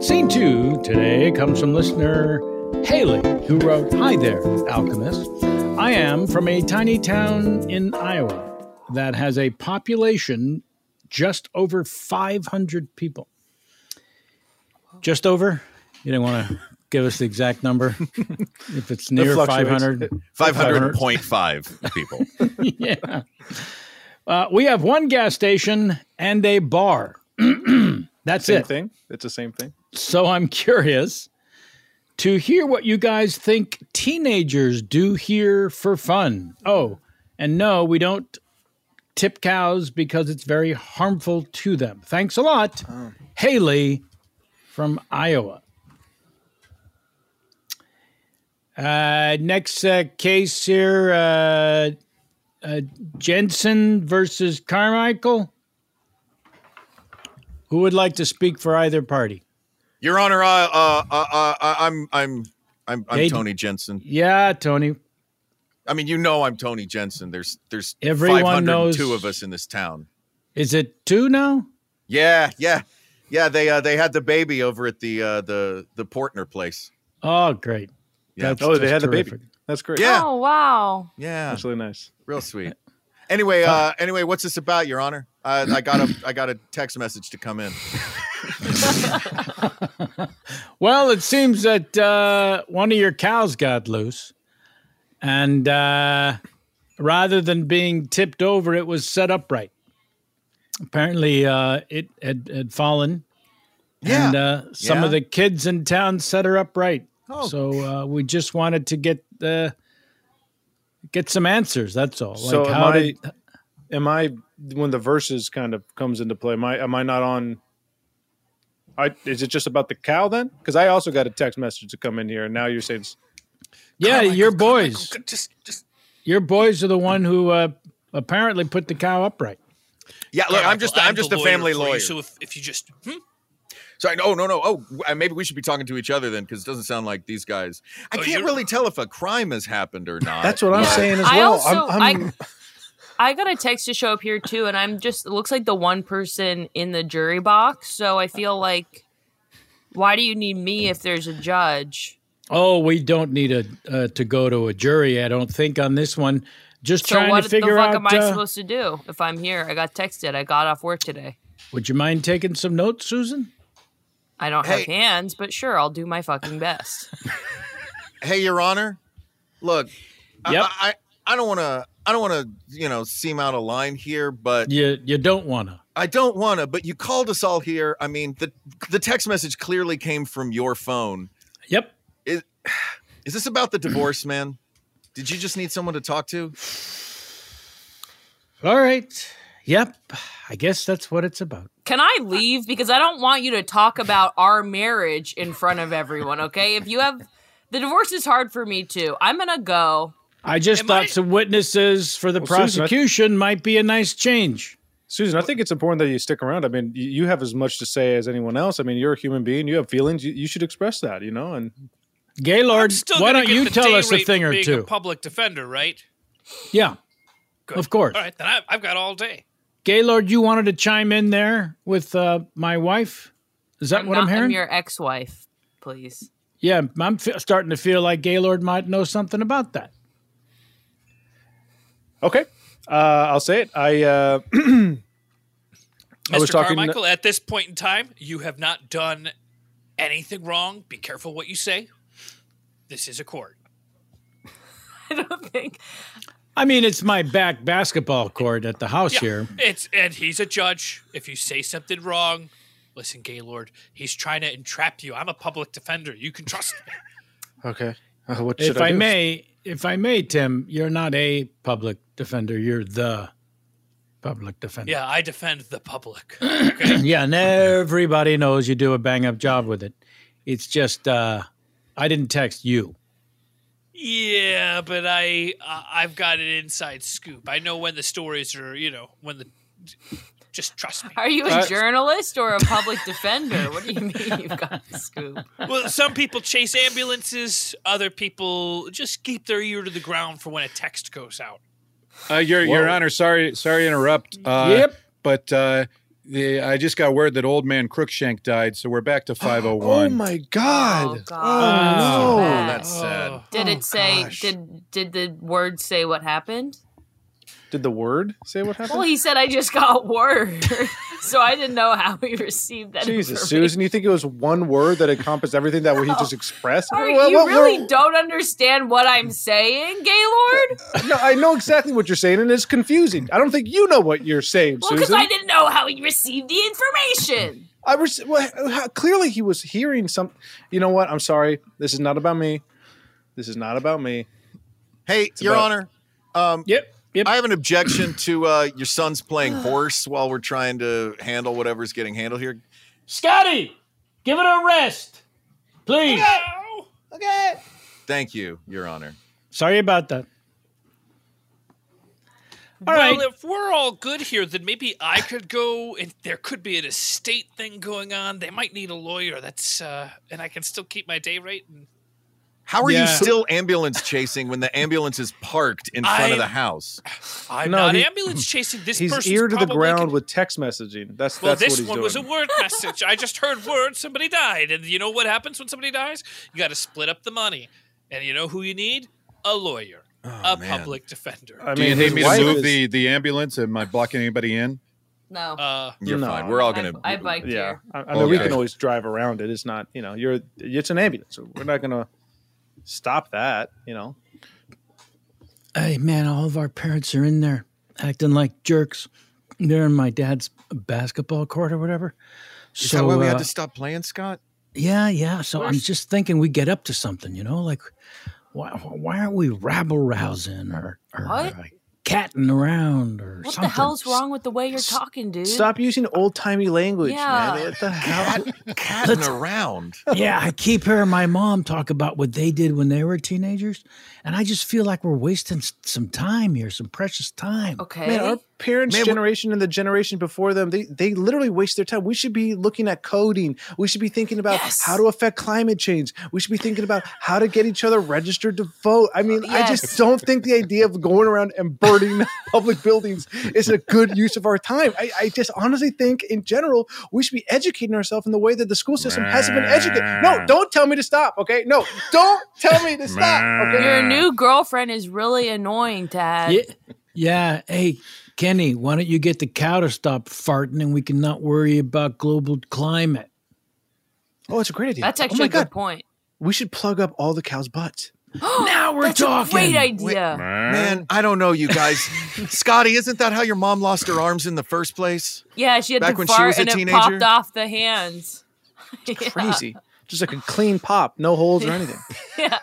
B: Scene two today comes from listener Haley, who wrote Hi there, Alchemist. I am from a tiny town in Iowa that has a population just over 500 people. Just over? You didn't want to give us the exact number. if it's
F: It
B: near
F: fluctuates.
B: 500,
F: 500.5 people.
B: yeah. Uh, we have one gas station and a bar. That's
H: same
B: it.
H: thing. It's the same thing.
B: So I'm curious to hear what you guys think teenagers do here for fun. Oh, and no, we don't tip cows because it's very harmful to them. Thanks a lot, Haley from Iowa. Uh, next uh, case here uh, uh, Jensen versus Carmichael. Who would like to speak for either party?
F: Your Honor, uh, uh, uh, uh, I'm I'm I'm, I'm
B: They-
F: Tony Jensen.
B: Yeah, Tony.
F: I mean, you know, I'm Tony Jensen. There's there's
B: Everyone knows-
F: 502 of us in this town.
B: Is it two now?
F: Yeah, yeah, yeah. They uh, they had the baby over at the uh, the the Portner place.
B: Oh, great.
F: Yeah.
B: That's
F: Oh, they
B: just
F: had the baby.
B: terrific.
H: That's great.
F: Yeah.
D: Oh wow.
F: Yeah.
H: That's really nice.
F: Real sweet. Anyway, uh, anyway, what's this about, Your Honor? Uh, I got a I got a text message to come in.
B: Well, it seems that uh, one of your cows got loose, and uh, rather than being tipped over, it was set upright. Apparently, uh, it had, had fallen, and uh, some
L: Yeah.
B: of the kids in town set her upright.
L: Oh.
B: So uh, we just wanted to get uh, get some answers. That's all.
H: So
B: like
H: am
B: how
H: I?
B: did
H: am I when the verses kind of comes into play? Am I? Am I not on? I is it just about the cow then? Because I also got a text message to come in here, and now you're saying, it's-
B: yeah, your boys,
C: just just
B: your boys are the one who uh, apparently put the cow upright.
F: Yeah, look, I'm just
B: Carmichael,
F: I'm,
B: I'm
F: just
B: the
F: a family
B: lawyer for you,
F: lawyer.
B: so
C: if, if you just hmm?
F: sorry, no, no, no. Oh, w- uh, maybe we should be talking to each other then, because it doesn't sound like these guys.
B: Oh,
F: I can't really tell if a crime has happened or not.
H: That's what I'm saying as
D: I
H: well.
D: also
H: I'm, I'm,
D: I I got a text to show up here too, and I'm just it looks like the one person in the jury box. So I feel like why do you need me if there's a judge?
B: Oh, we don't need a uh, to go to a jury. I don't think on this one. Just
D: So
B: trying
D: what the
B: to figure
D: fuck
B: out.
D: am I
B: uh,
D: supposed to do if I'm here? I got texted. I got off work today.
B: would you mind taking some notes, Susan?
D: I don't have
B: Hey.
D: hands, but sure, I'll do my fucking best.
F: Hey, Your Honor, look,
B: Yep.
F: I, I I don't want to I don't want to you know seem out of line here, but
B: you you don't want to.
F: I don't want to, but you called us all here. I mean, the the text message clearly came from your phone.
B: Yep.
F: Is is this about the divorce, man? Did you just need someone to talk to?
B: All right. Yep. I guess that's what it's about.
D: Can I leave? Because I don't want you to talk about our marriage in front of everyone, okay? If you have the divorce is hard for me too. I'm gonna go.
B: I just thought some witnesses for the
H: Well, Susan, I-
B: prosecution might be a nice change.
H: Susan, I think it's important that you stick around. I mean, you, you have as much to say as anyone else. I mean, you're a human being. You have feelings. You, you should express that. You know, and
B: Gaylord,
C: Still
B: why
C: gonna
B: don't
C: get
B: you
C: the
B: tell
C: day
B: us a
C: rate
B: thing
C: for
B: or
C: being
B: two?
C: A public defender, right?
B: Yeah. Of course.
C: All right, then I, I've got all day.
B: Gaylord, you wanted to chime in there with uh, my wife. Is that what
D: Not
B: I'm hearing?
D: your ex-wife, please.
B: yeah, I'm fe- starting to feel like Gaylord might know something about that.
H: okay, uh, I'll say it. I uh, I was
C: Mr.
H: talking.
C: Carmichael, at this point in time, you have not done anything wrong. Be careful what you say. This is a court.
B: I mean, it's my back basketball court at the house here.
C: It's and he's a judge. If you say something wrong, listen, Gaylord, he's trying to entrap you. I'm a public defender. You can trust me.
H: okay, uh, what should
B: If I,
H: do?
B: may, if I may, Tim, you're not a public defender. You're the public defender.
C: Yeah, I defend the public.
B: Yeah, and everybody knows you do a bang up job with it. It's just uh, I didn't text you.
C: Yeah, but I uh, I've got an inside scoop. I know when the stories are, you know, when the just trust me.
D: Are you a
C: Uh,
D: journalist or a public defender? What do you mean you've got the scoop?
C: Well, some people chase ambulances, other people just keep their ear to the ground for when a text goes out.
G: Uh, Your Your Honor, sorry, sorry to interrupt. Uh,
C: Yep.
G: But uh, the, I just got word that old man Crookshank died, so we're back to 501.
H: Oh my God! Oh,
G: Oh,
H: no!
G: that's sad.
H: Oh,
D: Did it say? Did did the word say what happened?
H: Did the word say what happened?
D: Well, he said I just got word, so I didn't know how he received that.
H: Jesus,
D: information.
H: Susan, you think it was one word that encompassed everything that he just expressed?
D: Are,
H: Well,
D: you
H: well,
D: really don't understand what I'm saying, Gaylord?
H: well, no, I know exactly what you're saying, and it's confusing. I don't think you know what you're saying,
D: Well, because
H: Susan.
D: I didn't know how he received the information.
H: I was well, h- clearly he was hearing some. You know what? I'm sorry. This is not about me. This is not about me.
F: Hey, Your Honor. Um,
B: yep.
F: I have an objection to uh, your son's playing horse while we're trying to handle whatever's getting handled here.
B: Scotty, give it a rest, please.
F: Okay. Thank you, Your Honor.
B: Sorry about that. All
C: well,
B: right.
C: if we're all good here, then maybe I could go, and there could be an estate thing going on. They might need a lawyer. That's uh, and I can still keep my day rate. And
F: How are
C: Yeah.
F: you still ambulance chasing when the ambulance is parked in front of
C: I-
F: the house?
C: I'm
F: No,
C: not
F: he-
C: ambulance chasing. This
H: he's
C: person's
H: ear to the
C: probably
H: ground with text messaging. That's
C: Well,
H: that's
C: this
H: what he's
C: one
H: doing.
C: was a word message. I just heard word somebody died, and you know what happens when somebody dies? You got to split up the money, and you know who you need? A lawyer,
H: Oh,
C: a public defender.
H: Uh,
G: I mean, Do you need me to move the, the ambulance? Am I blocking anybody in?
D: No.
C: Uh,
F: You're
H: No.
F: fine. We're all gonna.
D: I biked
H: yeah,
D: here.
H: I, I mean we
F: Okay.
H: can always drive around it. It's not you know you're it's an ambulance. So we're not gonna stop that. You know.
L: Hey, man, all of our parents are in there acting like jerks. They're in my dad's basketball court or whatever.
F: Is that why we had
L: uh,
F: to stop playing, Scott?
L: Yeah, yeah. So I'm
F: Where's-
L: just thinking we get up to something, you know, like why why aren't we rabble rousing or, or
D: What?
L: catting around or
D: What
L: something?
D: the hell's wrong with the way you're talking, dude?
H: Stop using old timey language,
D: Yeah.
H: man. What the hell?
L: Let's-
F: around.
L: yeah, I keep hearing my mom talk about what they did when they were teenagers, and I just feel like we're wasting s- some time here, some precious time.
H: Man, our parents' generation and the generation before them, they, they literally waste their time. We should be looking at coding. We should be thinking about how to affect climate change. We should be thinking about how to get each other registered to vote. I mean, I
D: Yes.
H: just don't think the idea of going around and burning public buildings is a good use of our time. I, I just honestly think, in general, we should be educating ourselves in the way that the school system hasn't been educated. No, don't tell me to stop, okay? No, don't tell me to stop, okay?
D: Your new girlfriend is really annoying, Dad.
L: Uh, Yeah, yeah. Hey, Kenny, why don't you get the cow to stop farting and we can not worry about global climate?
H: Oh, it's a great idea.
D: That's
H: Oh
D: actually
H: my
D: a good
H: God.
D: point.
H: We should plug up all the cows' butts.
D: now
L: we're
D: That's A great
F: talking.
D: idea.
F: Man, I don't know, you guys. Scotty, isn't that how your mom lost her arms in the first place?
D: Yeah, she had
F: Back
D: the
F: when she
D: fart
F: was a
D: and
F: teenager?
D: it popped off the hands.
H: Crazy. Just like a clean pop, no holes or anything.
D: Yeah.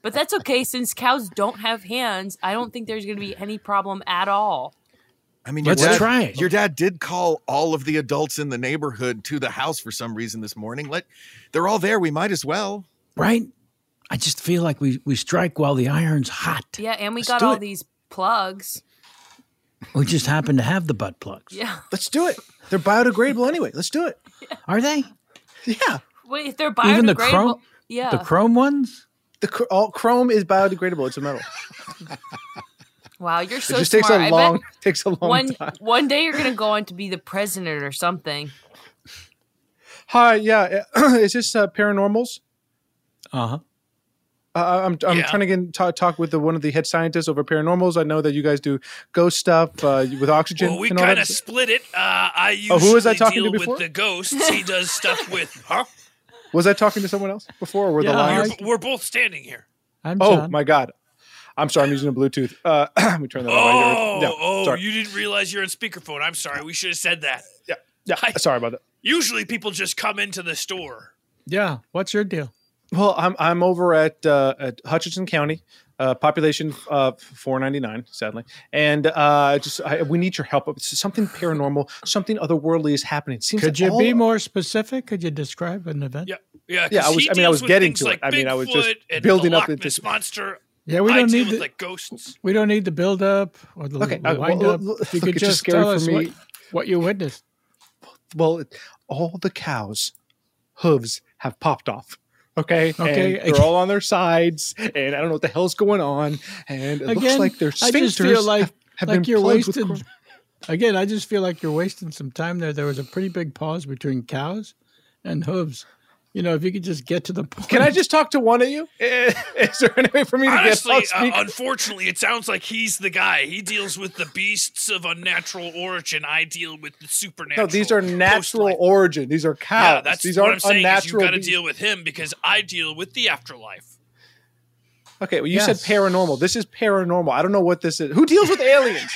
D: but that's okay since cows don't have hands. I don't think there's going to be any problem at all.
F: I mean,
L: Let's
F: your dad,
L: try it.
F: Your dad did call all of the adults in the neighborhood to the house for some reason this morning. Let they're all there. We might as well.
L: Right? I just feel like we, we strike while the iron's hot.
D: Yeah, and we
L: Let's
D: got
L: do
D: all
L: it.
D: these plugs.
L: We just happen to have the butt plugs.
D: Yeah.
H: Let's do it. They're biodegradable anyway. Let's do it.
L: Are they?
H: Yeah.
D: Wait, if they're biodegradable.
L: Even the chrome-
D: yeah.
L: The chrome ones?
H: The cr- all, chrome is biodegradable. It's a metal.
D: wow, you're so
H: it just
D: smart.
H: takes a
D: I bet
H: long takes a long
D: one
H: time.
D: one day you're going to go on to be the president or something.
H: Hi, yeah. is this uh, paranormals?
L: Uh huh.
H: Uh, I'm I'm
L: Yeah.
H: trying to get talk, talk with the, one of the head scientists over paranormals. I know that you guys do ghost stuff uh, with oxygen.
C: Well, we
H: and all that
C: kind of
H: stuff.
C: split it. Uh, I usually
H: Oh, who was I talking to
C: deal
H: before?
C: with the ghosts. He does stuff with. Huh?
H: Was I talking to someone else before? Or were the liars?
C: We're, we're both standing here.
L: I'm
H: oh
C: John.
H: my god! I'm sorry. I'm using a Bluetooth. Uh, let me turn that
C: Oh,
H: on. Yeah,
C: oh,
H: sorry.
C: you didn't realize you're on speakerphone. I'm sorry. We should have said that.
H: Yeah. Yeah, sorry about that.
C: Usually people just come into the store.
L: Yeah. What's your deal?
H: Well, I'm I'm over at uh, at Hutchinson County, uh, population uh, 499, sadly, and uh, just I, we need your help. It's something paranormal, something otherworldly is happening. It seems
L: Could
H: like
L: you
H: all-
L: be more specific? Could you describe an event?
C: Yeah. Yeah, 'cause
H: Yeah, I was-
C: he
H: I mean, I
C: deals
H: was
C: with
H: getting
C: things
H: to it.
C: like
H: I mean, I was just
C: Bigfoot and
H: building
C: the
H: up
C: Loch Ness
H: into-
C: monster.
L: Yeah, we
C: I
L: don't
C: deal
L: need
C: with
L: the-
C: like ghosts.
L: We don't need the build up or the
H: Okay, uh,
L: wind
H: well,
L: up.
H: look,
L: you could
H: it's just
L: just
H: scary
L: tell
H: for
L: us
H: me.
L: what, what you witnessed.
H: well, it- all the cows' hooves have popped off. Okay.
L: Okay.
H: And they're all on their sides, and I don't know what the hell's going on. And it looks like their
L: I
H: sphincters
L: just feel like,
H: have, have
L: like
H: been
L: you're
H: plugged with
L: wasting. Again, I just feel like you're wasting some time there. There was a pretty big pause between cows and hooves. You know, if you could just get to the point.
H: Can I just talk to one of you? Eh, Is there any way for me to
C: Honestly,
H: get
C: uh,
H: on speaker?
C: unfortunately, it sounds like he's the guy. He deals with the beasts of unnatural origin. I deal with the supernatural.
H: no, these are natural origin. These are cows.
C: Yeah, that's
H: these
C: what
H: aren't
C: I'm saying. Is you
H: unnatural.
C: got to
H: beasts.
C: deal with him because I deal with the afterlife.
H: okay, well, you said paranormal. This is paranormal. I don't know what this is. Who deals with aliens?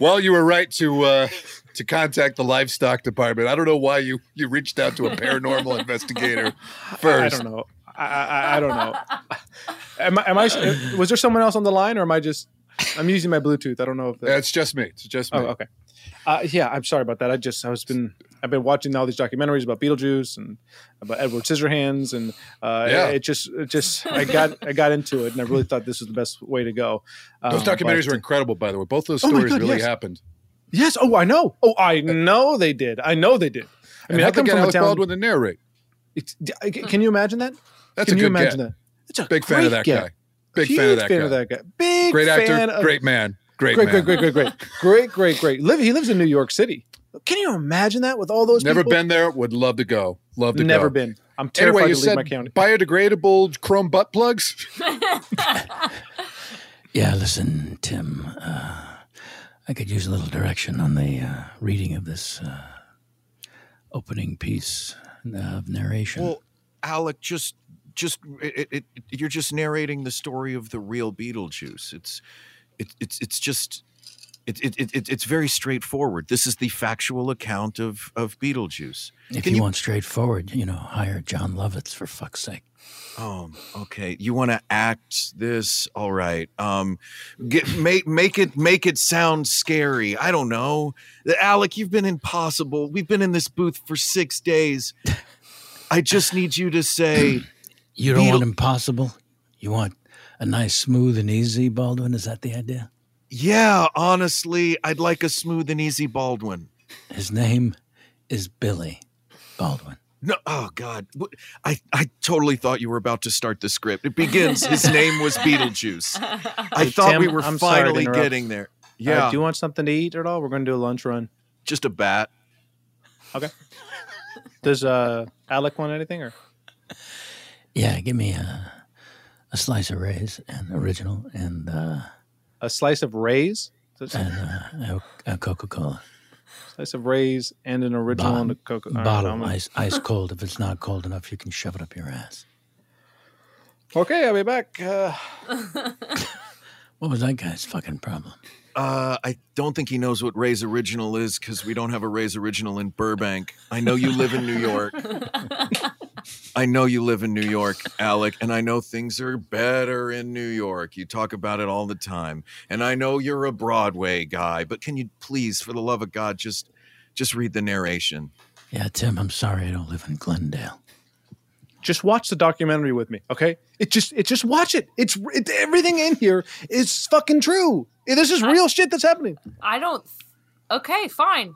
G: Well, you were right to uh, to contact the livestock department. I don't know why you you reached out to a paranormal investigator
H: I
G: first.
H: don't know. I, I, I don't know. Am I, am I? Was there someone else on the line, or am I just? I'm using my Bluetooth. I don't know if that's
G: it's just me. It's just me.
H: Oh, okay. Uh, yeah, I'm sorry about that. I just I was been I've been watching all these documentaries about Beetlejuice and about Edward Scissorhands, and uh,
G: Yeah.
H: it, just it just I got I got into it, and I really thought this was the best way to go.
G: Those
H: Um,
G: documentaries
H: but-
G: are incredible, by the way. Both those
H: Oh my
G: stories
H: God,
G: really
H: yes.
G: happened.
H: Yes. Oh, I know. Oh, I know they did. I know they did. I
G: And
H: mean, I
G: how'd they
H: come
G: get
H: from a
G: Alec
H: town.
G: Baldwin to narrate?
H: It's- d- I- can you imagine that?
G: That's
H: can
G: a
H: you
G: good
H: imagine
G: get.
H: that? That's a
G: Big fan of
H: great
G: that
H: get.
G: guy. Big fan of
H: Huge
G: that
H: fan
G: guy.
H: of that guy. Big
G: great
H: fan
G: actor,
H: of-
G: great man. Great,
H: great,
G: man.
H: great, great, great, great, great, great, great. Live, he lives in New York City. Can you imagine that with all those?
G: Never
H: people?
G: been there. Would love to go. Love to
H: Never
G: go.
H: been. I'm terrified
G: anyway, you
H: to leave
G: said
H: my county.
G: biodegradable chrome butt plugs.
L: Yeah, listen, Tim. Uh, I could use a little direction on the uh, reading of this uh, opening piece uh, of narration.
F: Well, Alec, just just it, it, it, you're just narrating the story of the real Beetlejuice. It's it, it's it's just it, it, it, it- it's very straightforward. This is the factual account of of Beetlejuice.
L: if
F: Can
L: you, want straightforward, you know, hire John Lovitz for fuck's sake.
F: Oh, okay. You want to act this? All right. Um, get make make it make it sound scary. I don't know. Alec, you've been impossible. We've been in this booth for six days. I just need you to say
L: You don't
F: Beetle-
L: want impossible. You want a nice, smooth, and easy Baldwin. Is that the idea?
F: Yeah, honestly, I'd like a smooth and easy Baldwin.
L: His name is Billy.
F: No, oh God, What- I I totally thought you were about to start the script. It begins. His name was Beetlejuice. I
H: Hey,
F: thought
H: Tim,
F: we were
H: I'm sorry to
F: finally
H: interrupt.
F: getting there.
H: Yeah.
F: Yeah,
H: Uh, do you want something to eat at all? We're going to do a lunch run.
F: just a bat.
H: Okay. Does uh, Alec want anything? Or
L: Yeah, give me a, a slice of rays and original and uh,
H: a slice of Ray's?
L: and uh, a, a Coca Cola
H: Slice of Ray's and an original and a Coca. all right,
L: bottle,
H: I'm gonna-
L: ice ice cold. If it's not cold enough, you can shove it up your ass.
H: Okay, I'll be back. Uh,
L: What was that guy's fucking problem?
F: Uh, I don't think he knows what Ray's original is because we don't have a Ray's original in Burbank. I know you live in New York. I know you live in New York, Alec, and I know things are better in New York. You talk about it all the time. And I know you're a Broadway guy, but can you please, for the love of God, just just read the narration?
L: Yeah, Tim, I'm sorry I don't live in Glendale.
H: just watch the documentary with me, okay? It just, it just watch it. It's it, everything in here is fucking true. This is real shit that's happening.
D: I don't. Okay, fine.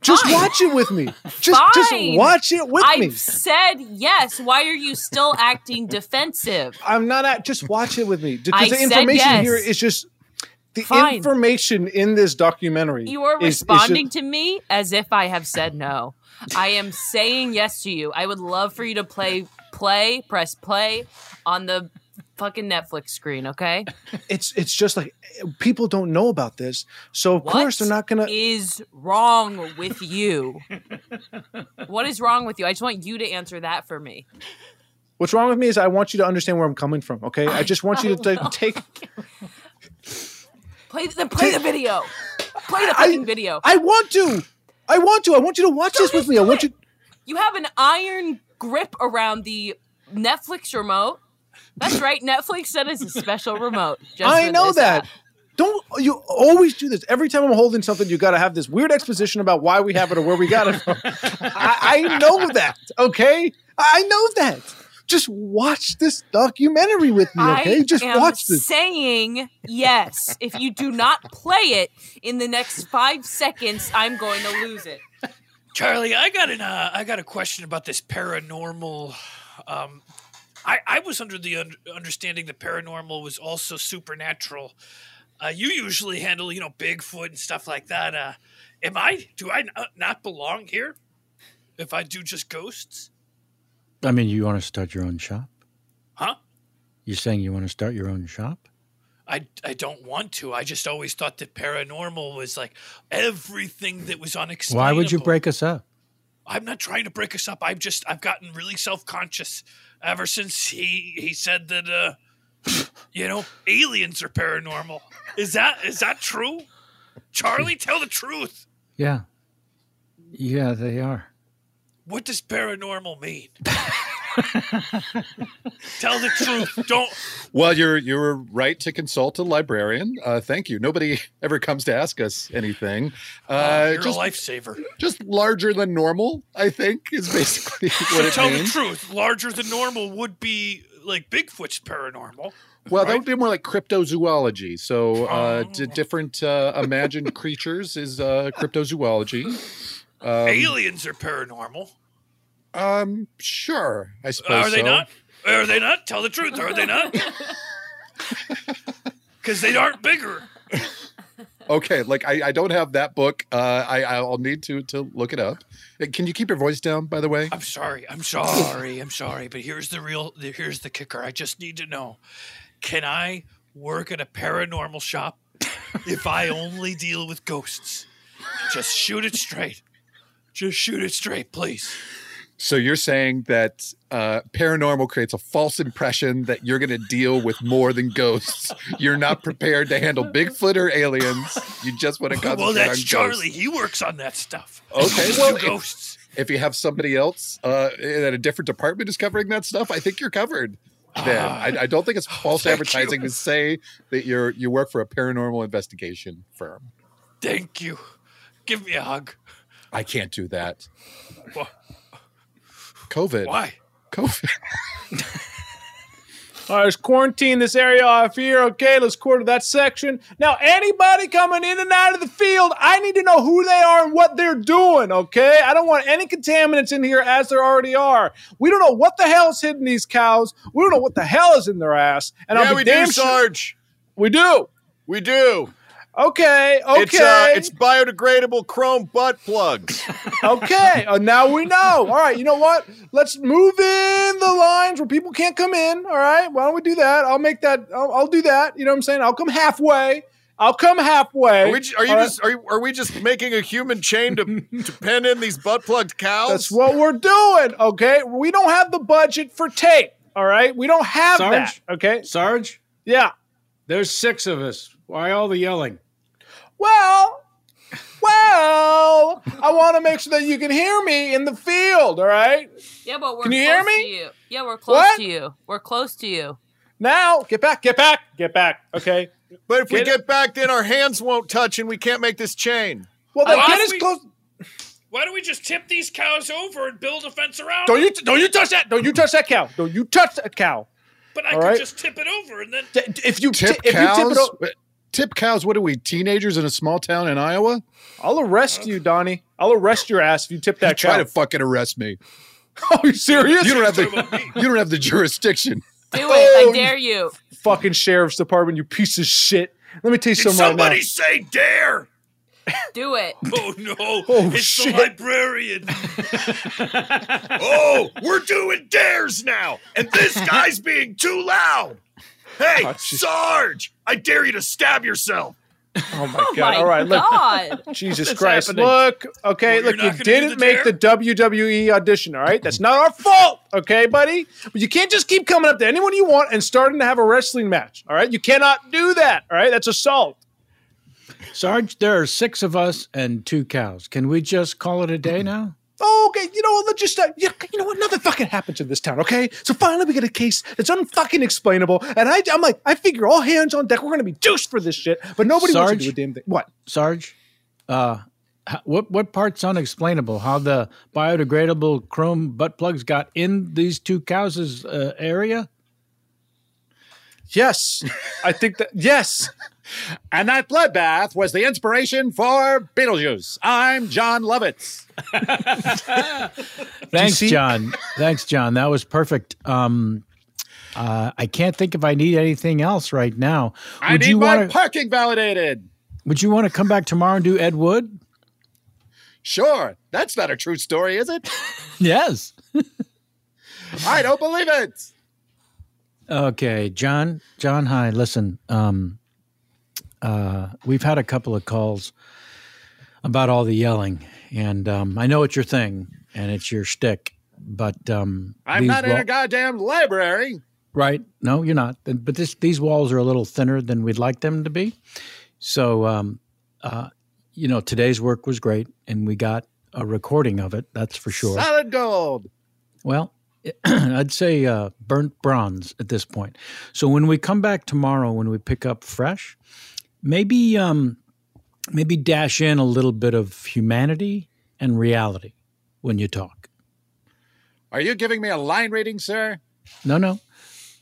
H: Just watch it with me. Just, just
D: Fine.
H: watch it with
D: I've
H: me.
D: said yes. Why are you still acting defensive?
H: I'm not at, just watch it with me
D: I
H: because the
D: said
H: information
D: yes.
H: here is just the
D: Fine.
H: information in this documentary.
D: You are
H: is- is just-
D: responding to me as if I have said no. I am saying yes to you. I would love for you to play, play, press play on the fucking Netflix screen, okay?
H: it's it's just like people don't know about this, so of course they're not gonna.
D: is wrong with you? What is wrong with you? I just want you to answer that for me.
H: What's wrong with me is I want you to understand where I'm coming from. Okay, I just want you to
D: I
H: like, take.
D: Play the play the video. Play the fucking video.
H: I want to. I want to. I want you to watch this with me. I want you.
D: You have an iron grip around the Netflix remote. That's right. Netflix sent us a special remote. just
H: I
D: for
H: know
D: this
H: that.
D: app.
H: Don't you always do this? Every time I'm holding something, you got to have this weird exposition about why we have it or where we got it from. I, I know that. Okay, I know that. Just watch this documentary with me. Okay,
D: I
H: just
D: am
H: watch this.
D: saying yes. If you do not play it in the next five seconds, I'm going to lose it.
C: Charlie, I got an uh, I got a question about this paranormal. Um, I I was under the un- understanding that paranormal was also supernatural. Uh, you usually handle you know Bigfoot and stuff like that. Uh, am I do I n- uh, not belong here? If I do just ghosts,
L: I mean, you want to start your own shop?
C: huh?
L: You're saying you want to start your own shop?
C: I, I don't want to. I just always thought that paranormal was like everything that was unexplainable.
L: Why would you break us up?
C: I'm not trying to break us up. I've just I've gotten really self conscious ever since he he said that uh you know aliens are paranormal. Is that is that true? Charlie, tell the truth.
L: Yeah. Yeah, they are.
C: What does paranormal mean? Tell the truth. Don't.
G: Well, you're you're right to consult a librarian. Uh, thank you. Nobody ever comes to ask us anything. Uh,
C: Uh, you're
G: just
C: a lifesaver.
G: just larger than normal, I think, is basically what
C: So
G: it
C: tell
G: means.
C: the truth. Larger than normal would be like Bigfoot's paranormal.
G: Well, that would be more like cryptozoology. So, uh,
C: Oh.
G: d- different uh, imagined creatures is uh, cryptozoology. Um,
C: Aliens are paranormal.
G: Um, sure, I suppose.
C: Are they
G: so.
C: not? Are they not? Tell the truth. Are they not? Because they aren't bigger.
G: Okay, like I, I don't have that book. Uh, I, I'll need to to look it up. Uh, Can you keep your voice down, by the way?
C: I'm sorry. I'm sorry. I'm sorry. But here's the real. the- Here's the kicker. I just need to know: Can I work at a paranormal shop if I only deal with ghosts? Just shoot it straight. Just shoot it straight, please.
G: So you're saying that uh, paranormal creates a false impression that you're going to deal with more than ghosts. You're not prepared to handle Bigfoot or aliens. You just want to concentrate
C: Well, that's
G: on ghosts.
C: Charlie. He works on that stuff.
G: Okay,
C: Just
G: well,
C: do ghosts.
G: if, if you have somebody else uh, that a different department is covering that stuff, I think you're covered. Then
C: Ah.
G: I, I don't think it's
C: Oh,
G: false advertising to say that you're you work for a paranormal investigation firm.
C: Thank you. Give me a hug.
G: I can't do that.
C: Wha-
G: COVID.
C: Why?
G: COVID.
H: All right, let's quarantine this area off here. Okay, let's quarter that section. Now, anybody coming in and out of the field, I need to know who they are and what they're doing. Okay, I don't want any contaminants in here as there already are. We don't know what the hell's hidden these cows. We don't know what the hell is in their ass. And
M: Yeah,
H: I'll be
M: we do,
H: damn sure-
M: Sarge.
H: We do.
M: We do.
H: Okay. Okay.
M: It's, uh, it's biodegradable chrome butt plugs.
H: okay, uh, now we know. All right, you know what? Let's move in the lines where people can't come in. All right, why don't we do that? I'll make that. I'll, I'll do that. You know what I'm saying? I'll come halfway. I'll come halfway.
M: Are, we, j- are you
H: All right?
M: just are, you, are we just making a human chain to, to pen in these butt plugged cows?
H: That's what we're doing. Okay, we don't have the budget for tape. All right, we don't have
B: Sarge?
H: that. Okay,
B: Sarge?
H: Yeah.
B: There's six of us. Why all the yelling?
H: Well, well, I want to make sure that you can hear me in the field. All right.
D: Yeah, but we're
H: Can you
D: close
H: hear me?
D: to you. Yeah, we're close
H: What?
D: to you. We're close to you.
H: Now, get back, get back, get back. Okay.
M: But if we
H: Get-
M: get back, then our hands won't touch and we can't make this chain.
H: Well,
M: then
C: get
M: as
H: close.
C: Why don't we just tip these cows over and build a fence around?
H: Don't
C: them?
H: you don't you touch that? Don't you touch that cow? Don't you touch that cow?
C: But I
H: All
C: could
H: right.
C: just tip it over and then.
H: If you
G: Tip
H: if you tip
G: cows.
H: it o-
G: Wait, tip cows. What are we? Teenagers in a small town in Iowa?
H: I'll arrest you, Donnie. I'll arrest your ass if you tip that
G: Try
H: cow.
G: to fucking arrest me.
H: Are you serious?
G: You don't have the you don't have the jurisdiction.
D: Do it.
H: Oh,
D: I dare you.
H: Fucking sheriff's department, you piece of shit. Let me tell you
C: Did
H: something right now.
C: somebody say dare?
D: Do it.
C: Oh no!
H: Oh,
C: it's
H: shit.
C: the librarian.
M: oh, we're doing dares now, and this guy's being too loud. Hey, Sarge, I dare you to stab yourself.
H: Oh my god! All right, look, Jesus
M: What's
H: Christ!
M: happening?
H: Look, okay,
M: Well,
H: look, you
M: you're not gonna do
H: didn't
M: the
H: make the WWE audition. All right, that's not our fault, okay, buddy. But you can't just keep coming up to anyone you want and starting to have a wrestling match. All right, you cannot do that. All right, that's assault.
B: Sarge, there are six of us and two cows. Can we just call it a day now?
H: Oh, okay, you know what? Let's just, uh, you, you know what? Nothing fucking happens in this town, okay? So finally we get a case that's unfucking explainable. And I, I'm like, I figure all hands on deck, we're going to be juiced for this shit. But nobody wants to
B: Sarge?
H: do a damn thing. What?
B: Sarge, uh, h- what what part's unexplainable? How the biodegradable chrome butt plugs got in these two cows' uh, area?
H: Yes, I think that yes.
G: And that bloodbath was the inspiration for Beetlejuice. I'm John Lovitz.
B: Thanks,
G: see-
B: John. Thanks, John. That was perfect. Um, uh, I can't think if I need anything else right now.
G: I need my
B: wanna,
G: parking validated.
B: Would you want to come back tomorrow and do Ed Wood?
G: Sure, that's not a true story, is it?
B: Yes.
G: I don't believe it.
B: Okay, John. John, hi. Listen, um, uh, we've had a couple of calls about all the yelling, and um, I know it's your thing and it's your shtick, but um,
G: I'm
B: these
G: not in
B: wa-
G: a goddamn library.
B: right. No, you're not. And- But this, these walls are a little thinner than we'd like them to be. So, um, uh, you know, today's work was great, and we got a recording of it. That's for sure.
G: Solid gold.
B: Well, I'd say uh, burnt bronze at this point. So when we come back tomorrow, when we pick up fresh, maybe um, maybe dash in a little bit of humanity and reality when you talk.
G: Are you giving me a line rating, sir?
B: No, no,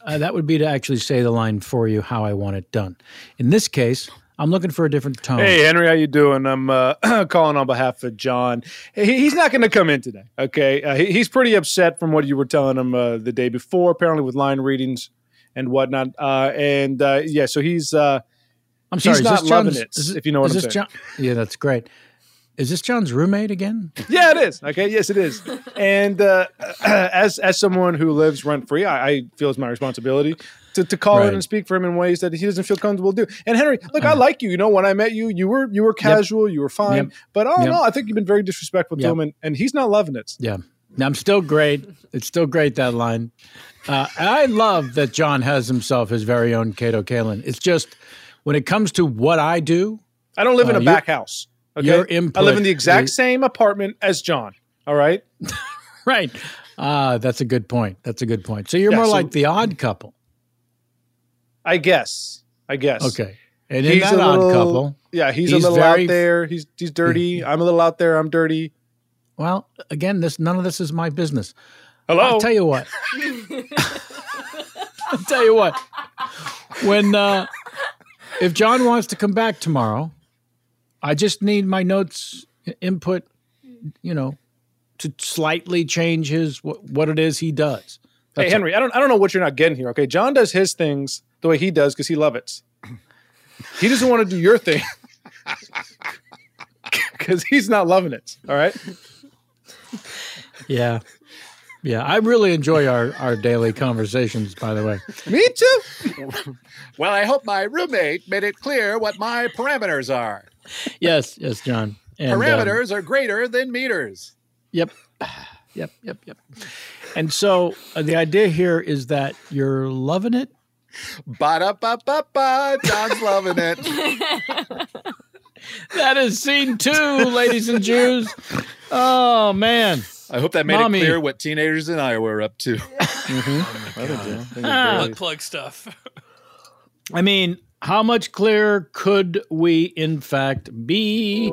B: uh, that would be to actually say the line for you how I want it done. In this case, I'm looking for a different tone.
H: Hey, Henry, how you doing? I'm uh, calling on behalf of John. He, he's not going to come in today. Okay, uh, he, he's pretty upset from what you were telling him uh, the day before, apparently with line readings and whatnot. Uh, and uh, yeah, so he's uh,
B: I'm sorry,
H: he's
B: is
H: not
B: this
H: loving
B: John's-
H: it.
B: is-
H: if you know what
B: is
H: I'm saying.
B: this John- yeah, that's great. Is this John's roommate again?
H: Yeah, it is. Okay, yes, it is. And uh, as as someone who lives rent free, I, I feel it's my responsibility to, to call
B: Right. Uh-huh.
H: in and speak for him in ways that he doesn't feel comfortable doing. And Henry, look, I like you. You know, when I met you, you were you were casual, you were fine.
B: Yep.
H: But all in
B: Yep.
H: all, I think you've been very disrespectful
B: Yep.
H: to him, and, and he's not loving it.
B: Yeah. Now, I'm still great. It's still great, that line. Uh, and I love that John has himself his very own Cato Kalin. It's just when it comes to what I do.
H: I don't live in
B: uh,
H: a
B: your-
H: back house. Okay,
B: your
H: I live
B: input
H: in the exact
B: is-
H: same apartment as John. All right,
B: right. Ah, that's a good point. That's a good point. So you're
H: Yeah,
B: more
H: so-
B: like the odd couple.
H: I guess. I guess.
B: Okay. And in that odd couple,
H: Yeah, he's, a
B: he's
H: little
B: very-
H: out there. He's he's dirty. I'm a little out there. I'm dirty.
B: Well, again, this none of this is my business.
H: Hello.
B: I'll tell you what. I'll tell you what. When uh, if John wants to come back tomorrow, I just need my notes i- input. You know, to slightly change his what, what it is he does.
H: hey Henry, I don't I don't know what you're not getting here. Okay, John does his things the way he does because he loves it. He doesn't want to do your thing because he's not loving it. All right.
B: Yeah, yeah. I really enjoy our our daily conversations. By the way.
H: Me too.
G: well, I hope my roommate made it clear what my parameters are.
B: Yes, yes, John. And, um,
G: parameters are greater than meters.
B: Yep. Yep. Yep. Yep. And so uh, the idea here is that you're loving it.
G: Ba da ba ba ba. John's loving it.
B: that is scene two, ladies and Jews. Oh man.
G: I hope that made
B: Mommy. Mm-hmm.
G: it clear what teenagers in Iowa were up to.
B: Ah.
C: Plug plug stuff.
B: I mean, how much clearer could we, in fact, be?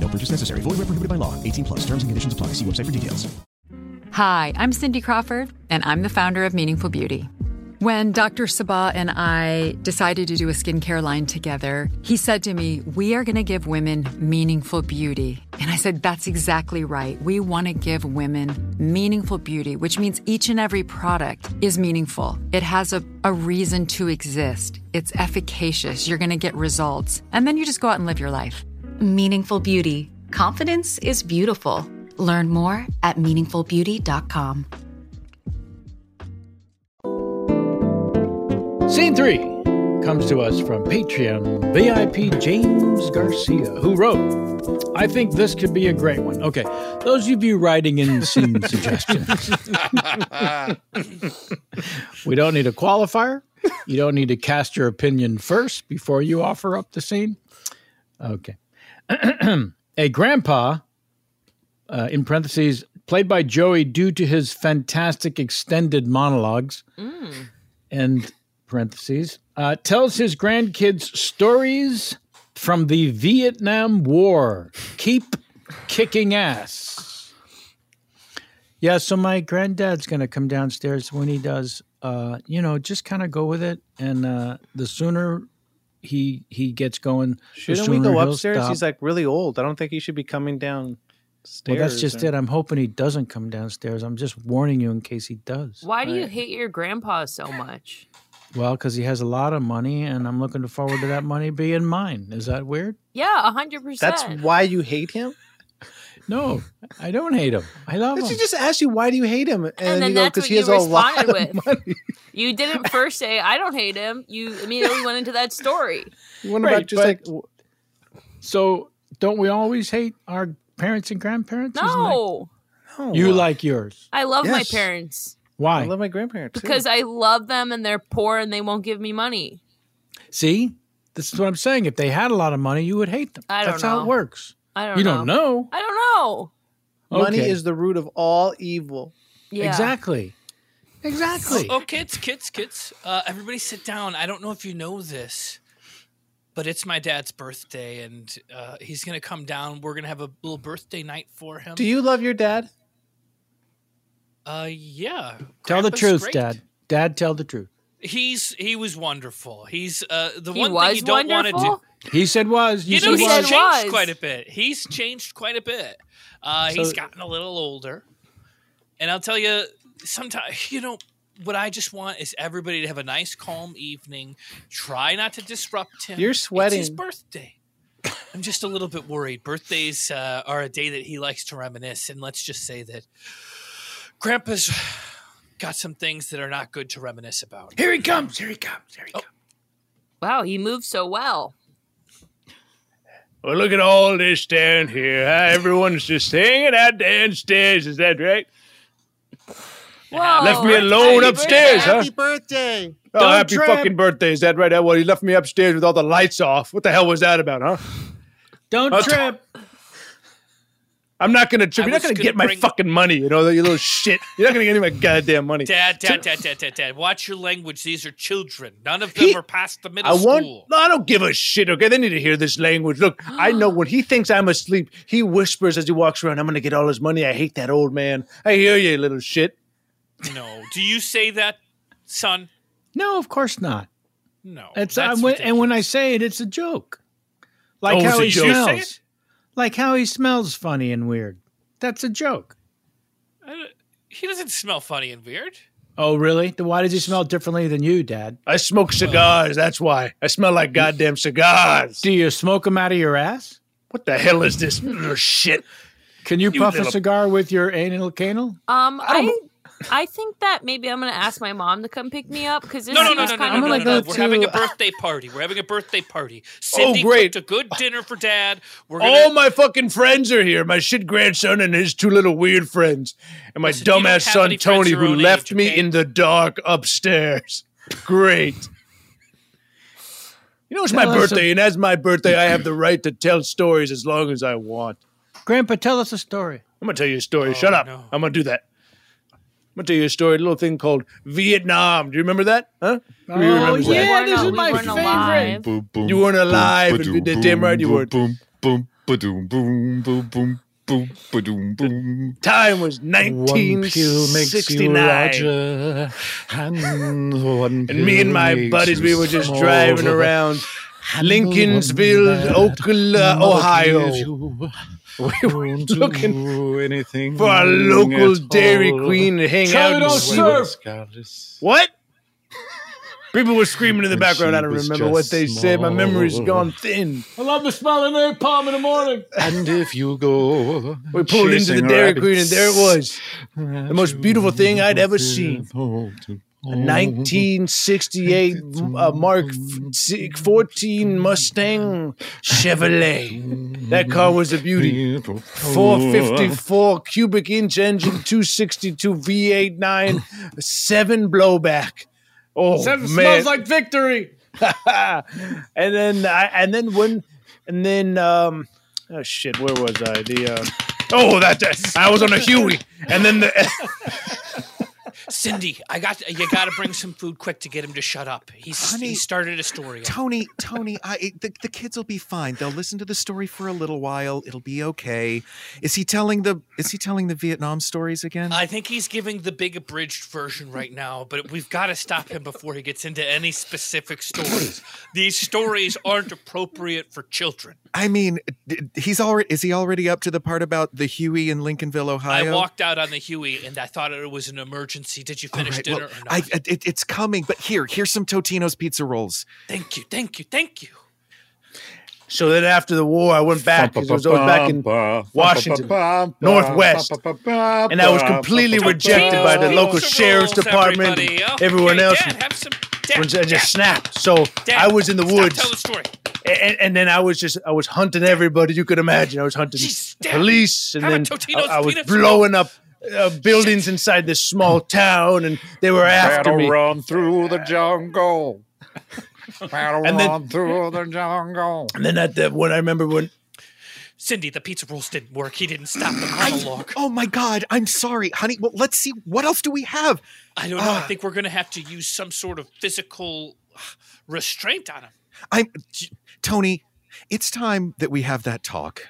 N: No purchase necessary. Void where prohibited by law. 18 plus. Terms and conditions apply. See website for details.
K: Hi, I'm Cindy Crawford, and I'm the founder of Meaningful Beauty. When Dr. Sabah and I decided to do a skincare line together, he said to me, We are going to give women meaningful beauty. And I said, That's exactly right. We want to give women meaningful beauty, which means each and every product is meaningful. It has a, a reason to exist, it's efficacious. You're going to get results. And then you just go out and live your life.
O: Meaningful Beauty. Confidence is beautiful. Learn more at meaningfulbeauty.com.
B: Scene three comes to us from Patreon VIP James Garcia, who wrote, I think this could be a great one. Okay, those of you writing in scene suggestions, we don't need a qualifier. You don't need to cast your opinion first before you offer up the scene. Okay. a grandpa, uh, in parentheses, played by Joey due to his fantastic extended monologues,
D: Mm.
B: and parentheses, uh, tells his grandkids stories from the Vietnam War. Keep kicking ass. Yeah, so my granddad's going to come downstairs when he does. Uh, you know, just kind of go with it, and uh, the sooner he he gets going,
P: Shouldn't
B: the
P: we
B: sooner
J: go
B: he'll
P: upstairs?
B: stop.
P: He's like really old. I don't think he should be coming down
B: well,
P: stairs.
B: that's just
P: or-
B: it. I'm hoping he doesn't come downstairs. I'm just warning you in case he does.
D: Why do you hate your grandpa so much?
B: Well, because he has a lot of money, and I'm looking forward to that money being mine. Is that weird?
D: Yeah, hundred percent.
B: why you hate him? No, I don't hate him. I love him.
P: She just asked you why do you hate him, and,
D: And then
P: you go because
D: that's what
P: he
D: you
P: has a lot
D: responded
P: of
D: with.
P: money.
D: You didn't first say I don't hate him. You immediately went into that story.
P: What
B: Right,
P: about just
B: but-
P: like
B: So, don't we always hate our parents and grandparents? Isn't that-
D: No,
B: you like yours.
D: I love
B: Yes.
D: my parents
B: Why?
P: I love my grandparents
D: because I love them and they're poor and they won't give me money.
B: see, this is what I'm saying. If they had a lot of money, you would hate them.
D: I don't
B: That's how it
D: know.
B: works.
D: I don't.
B: you
D: know.
B: don't know.
D: I don't know.
P: money
B: Okay.
P: is the root of all evil?
D: Yeah.
B: Exactly. Exactly.
C: Oh, kids, kids, kids. Uh, everybody sit down. I don't know if you know this, but it's my dad's birthday, and uh, he's going to come down. We're going to have a little birthday night for him.
P: Do you love your dad?
C: Uh, yeah.
B: Tell the
C: Grandpa's
B: truth,
C: great.
B: Dad. Dad, tell the truth.
C: He's he was wonderful. He's uh the
D: He
C: one
D: was
C: thing you don't want to do.
D: wonderful?
B: He said was. You,
C: You know
B: said
C: he's
B: was.
C: changed quite a bit. He's changed quite a bit. Uh, he's
B: So-
C: gotten a little older, and I'll tell you, sometimes you know what I just want is everybody to have a nice, calm evening. Try not to disrupt him.
P: You're
C: It's his
P: sweating.
C: birthday. I'm just a little bit worried. Birthdays uh, are a day that he likes to reminisce, and let's just say that Grandpa's got some things that are not good to reminisce about. Oh.
B: Here he comes. Here he comes. Here he
C: comes.
D: Wow, he moved so well.
H: Well, look at all this down here. Huh? Everyone's just hanging out downstairs. Is that right?
C: Oh,
D: Whoa.
H: Left me alone upstairs, huh?
P: birthday!
H: Oh, happy fucking birthday. Is that right? Well, you left me upstairs with all the lights off. What the hell was that about, huh?
B: Don't
H: trip. I'm not going to trip.
C: I
H: You're not
C: was
H: going to
C: gonna
H: get my
C: bring-
H: fucking money, you know, you little shit. You're not going to get any of my goddamn money.
C: Dad, dad, dad, dad, dad, dad. Watch your language. These are children. None of them
H: He-
C: are past the middle
H: I want.
C: school.
H: I don't give a shit. Okay, they need to hear this language. Look, I know when he thinks I'm asleep, he whispers as he walks around, "I'm gonna get all his money." I hate that old man. I hear you, little shit.
C: No. Do you say that, son?
B: No, of course not.
C: No.
B: It's I'm, when- and when I say it, it's a joke. Like
H: Oh, it's
B: how
H: a
B: he
H: joke. You say
B: smells. Like how he smells funny and weird. That's a joke.
C: I don't- he doesn't smell funny and weird.
B: Oh, really? Then why does he smell differently than you, Dad?
Q: I smoke cigars. That's why I smell like goddamn cigars.
B: Do you smoke them out of your ass?
Q: What the hell is this
C: Hmm.
Q: little shit?
B: Can you, puff a
Q: little-
B: cigar with your anal canal?
D: Um, I, I think that maybe I'm gonna ask my mom to come pick me up because this
C: No, no, no,
D: seems
C: no, no,
D: kind
C: no,
D: of
C: no,
D: like
C: no. We're having a birthday party. We're having a birthday party. Cindy
Q: Oh, great.
C: cooked a good dinner for Dad. We're gonna
Q: All my fucking friends are here. My shit grandson and his two little weird friends, and my dumbass
C: have
Q: son
C: any friends
Q: Tony,
C: your
Q: who
C: own
Q: left me in the dark upstairs. Great. You know, it's my
B: Tell us
Q: birthday, and as my birthday, I have the right to tell stories as long as I want.
B: Grandpa, tell us a story. Oh,
Q: I'm gonna tell you a story. Shut up. I'm gonna do that. I'm gonna tell you a story. A little thing called Vietnam. Do you remember that? Huh? Who
B: Oh,
Q: remembers
B: yeah, We weren't this is al- we my weren't favorite. alive.
Q: you weren't alive.
G: Boom,
Q: That's
G: ba-doom,
Q: damn right you
G: boom,
Q: weren't.
G: Boom, boom, ba-doom, boom, boom, boom, boom, ba-doom, boom.
Q: Time was
G: pill makes you
Q: 1969. And me and my buddies, we were just driving around Lincolnsville, Oklahoma, Ohio. We were looking
G: anything
Q: for a local Dairy Queen to hang
G: Charlie,
Q: out.
G: don't
Q: and see what-
G: serve.
Q: What? People were screaming in the background. I don't remember what they said. My memory's gone thin.
B: I love the smell of their palm in the morning.
G: And if you go,
Q: We pulled into the Dairy Queen, and there it was. The most beautiful thing I'd ever seen. A 1968 uh, Mark f- 14 Mustang Chevrolet. That car was a beauty. 454 cubic inch engine, 262 V8 9, seven blowback. Oh,
B: Seven
Q: man.
B: smells like victory.
Q: and then I, and then when and then um oh shit where was I the uh, oh that I was on a Huey and then the
C: Cindy, I got you. Got to bring some food quick to get him to shut up. He's he started a story.
F: Tony, Tony, I it- the, the kids will be fine. They'll listen to the story for a little while. It'll be okay. Is he telling the Is he telling the Vietnam stories again?
C: I think he's giving the big abridged version right now, but we've got to stop him before he gets into any specific stories. These stories aren't appropriate for children.
F: I mean, d- he's already is he already up to the part about the Huey in Lincolnville, Ohio?
C: I walked out on the Huey and I thought it was an emergency. Did you
F: All
C: finish
F: right, well,
C: dinner or not?
F: I, it, it's coming, but here, here's some Totino's pizza rolls.
C: Thank you, thank you, thank you.
Q: so then after the war I went back 'cause I was always back in Washington
M: Um,
Q: Northwest and I was completely rejected by the local sheriff's department and everyone else When I just snapped so I was in the woods
C: Tell the story.
Q: and, and then I was just I was hunting everybody you could imagine. I was hunting police, and
C: Have a
Q: then
C: Totino's
Q: I, I was
C: peanut
Q: blowing up uh, buildings inside this small town, and they were after
G: Better
Q: me.
G: run through the jungle. Better
Q: And then-
G: run through the jungle.
Q: And then at the when I remember when
C: uh, Cindy, the pizza rolls didn't work. He didn't stop the monologue.
F: Oh my God, I'm sorry, honey. Well, let's see what else do we have.
C: I don't know. I
F: Ah.
C: think we're going to have to use some sort of physical uh, restraint on him.
F: I'm Tony. It's time that we have that talk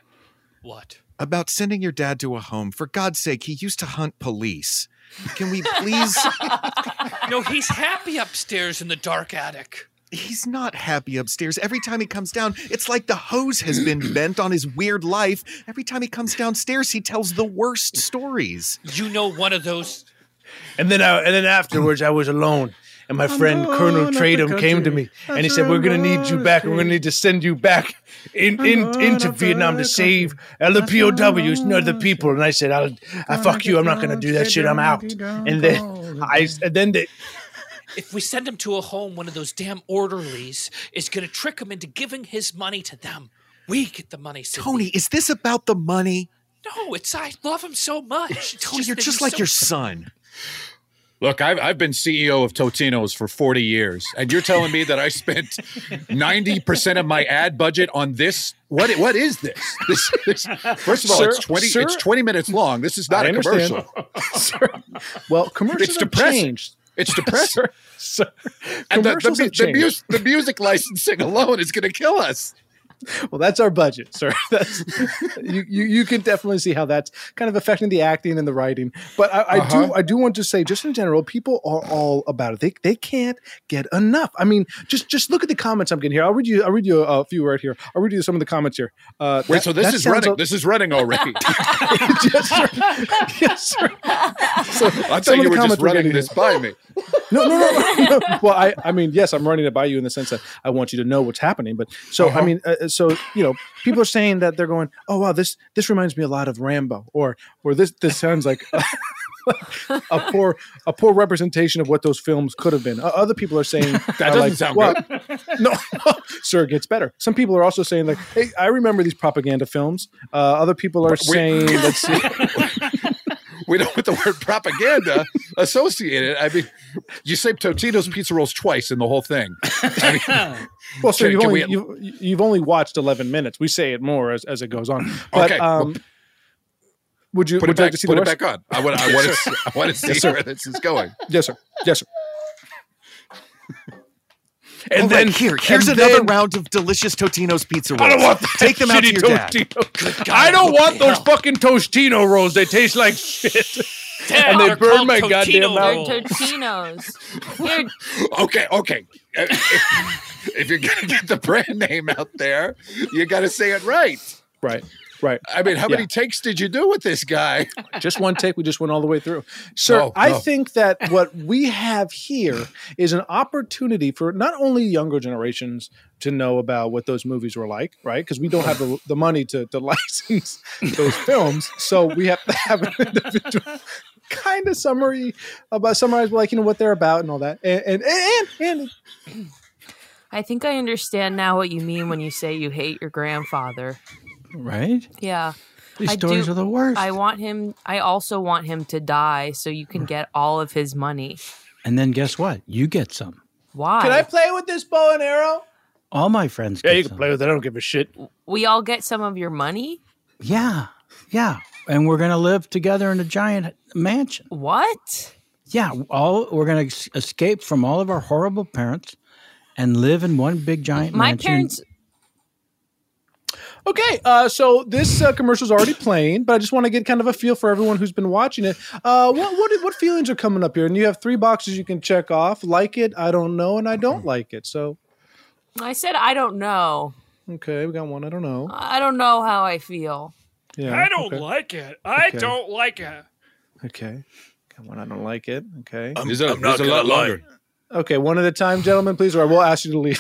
C: What?
F: about sending your dad to a home. For God's sake, he used to hunt police. Can we please?
C: no, he's happy upstairs in the dark attic.
F: He's not happy upstairs. Every time he comes down, it's like the hose has been bent on his weird life. Every time he comes downstairs, he tells the worst stories.
C: You know, one of those.
Q: And then I, and then afterwards, I was alone. And my
C: I'm
Q: friend Colonel
C: going up the
Q: Tradum came to me and he said, "We're gonna need you back. We're gonna need to send you back in, in into Vietnam to save uh, the POWs and other people." And I said, "I'll, I fuck you. I'm not gonna do that shit. I'm out." And then I, and then they,
C: If we send him to a home, one of those damn orderlies is going to trick him into giving his money to them. We get the money, Cindy.
F: Tony, is this about the money?
C: No, it's I love him so much. It's
F: Tony, you're
C: that
F: just
C: he's
F: like
C: so-
F: your son.
G: Look, I've, I've been CEO of Totino's for 40 years, and you're telling me that I spent 90% of my ad budget on this? What i- What is this? this, this first of all,
H: Sir-
G: it's 20
H: sir-
G: it's 20 minutes long. This is not a
H: I understand.
G: commercial.
Q: well, commercials
G: It's
Q: have
G: depressing.
Q: changed.
G: It's depressing.
Q: sir,
G: and the, the,
Q: commercials
G: mu-
Q: have
G: the,
Q: changed.
G: mus- the music licensing alone is going to kill us.
H: well, that's our budget, sir. That's you, you. You can definitely see how that's kind of affecting the acting and the writing. But I, I
Q: Uh-huh.
H: do. I do want to say, just in general, people are all about it. They they can't get enough. I mean, just just look at the comments I'm getting here. I'll read you. I'll read you a, few right here. I'll read you some of the comments here. Uh,
G: Wait,
H: that-
G: so this
H: that
G: is
H: sounds
G: running.
H: a-
G: this is running already.
H: yes, sir. Yes, sir. So,
G: I
H: some
G: thought
H: of the
G: you were
H: comments
G: just
H: we're
G: running
H: getting
G: this
H: here-
G: by me.
H: no, no, no, no. Well, I, I mean, yes, I'm running it by you in the sense that I want you to know what's happening. But so, I mean, uh, so you know, people are saying that they're going, "Oh wow, this this reminds me a lot of Rambo," or or this this sounds like. a poor, a poor representation of what those films could have been. Uh, other people are saying that
G: doesn't sound
H: good. No, sir, it gets better. Some people are also saying like, "Hey, I remember these propaganda films." Uh, other people are saying, "Let's see."
G: We don't want the word propaganda associated. I mean, you say Totino's pizza rolls twice in the whole thing.
H: Well, so
G: Can-
H: you've
G: can
H: only,
G: we-
H: you've, you've only watched 11 minutes. We say it more as, as it goes on. But
G: Okay, well,
H: um, would you,
G: Put
H: would
G: it
H: you
G: back,
H: like to see
G: put
H: the
G: it
H: rest?
G: back on. I want, I want,
H: Yes,
G: to,
H: sir.
G: I want to see
H: Yes, sir.
G: where this is going.
H: Yes, sir. Yes, sir.
M: And
G: All right,
M: then
G: here-
M: here,
G: here's
M: here's
G: and
M: another
G: then-
M: round of delicious Totino's pizza rolls.
G: I don't want that
M: Take them out to
G: shitty
M: your dad.
G: Totino.
Q: I don't
M: what
Q: want
M: the
Q: those
M: hell?
Q: fucking Tostino rolls. They taste like shit.
D: Dad,
Q: and they
D: they're
Q: burn
D: called
Q: my goddamn
D: Totino
Q: mouth.
D: They're Totinos. They're-
G: Okay, okay. If, if you're going to get the brand name out there, you got to say it right.
H: Right, right.
G: I mean, how many
H: Yeah.
G: takes did you do with this guy?
H: Just one take. We just went all the way through. Sir,
G: Oh,
H: I
G: no.
H: think that what we have here is an opportunity for not only younger generations to know about what those movies were like, right? Because we don't have the, the money to, to license those films. So we have to have an individual kind of summary about summarize like you know what they're about and all that and and and, and
D: I think I understand now what you mean when you say you hate your grandfather.
B: Right?
D: Yeah.
B: These stories are the worst.
D: I want him. I also want him to die so you can get all of his money.
B: And then guess what? You get some.
D: Why?
H: Can I play with this bow and arrow?
B: All my friends get
Q: Yeah, you can
B: some.
Q: play with it. I don't give a shit.
D: We all get some of your money.
B: Yeah. Yeah. And we're going to live together in a giant mansion.
D: What?
B: Yeah. All We're going to escape from all of our horrible parents and live in one big giant
D: My
B: mansion.
D: parents.
H: Okay, uh, so this uh, commercial's already playing, but I just want to get kind of a feel for everyone who's been watching it. Uh, what what what feelings are coming up here? And you have three boxes you can check off: like it, I don't know, and I
G: Mm-hmm.
H: don't like it. So
D: I said I don't know.
H: okay, we got one. I don't know.
D: I don't know how I feel.
H: Yeah,
C: I don't
H: okay.
C: like it. I
H: Okay.
C: don't like it.
H: Okay, got one. I don't like it. Okay,
G: There's a- I'm not there's a lot gonna lie. longer.
H: Okay, one at a time, gentlemen, please, or we'll ask you to leave.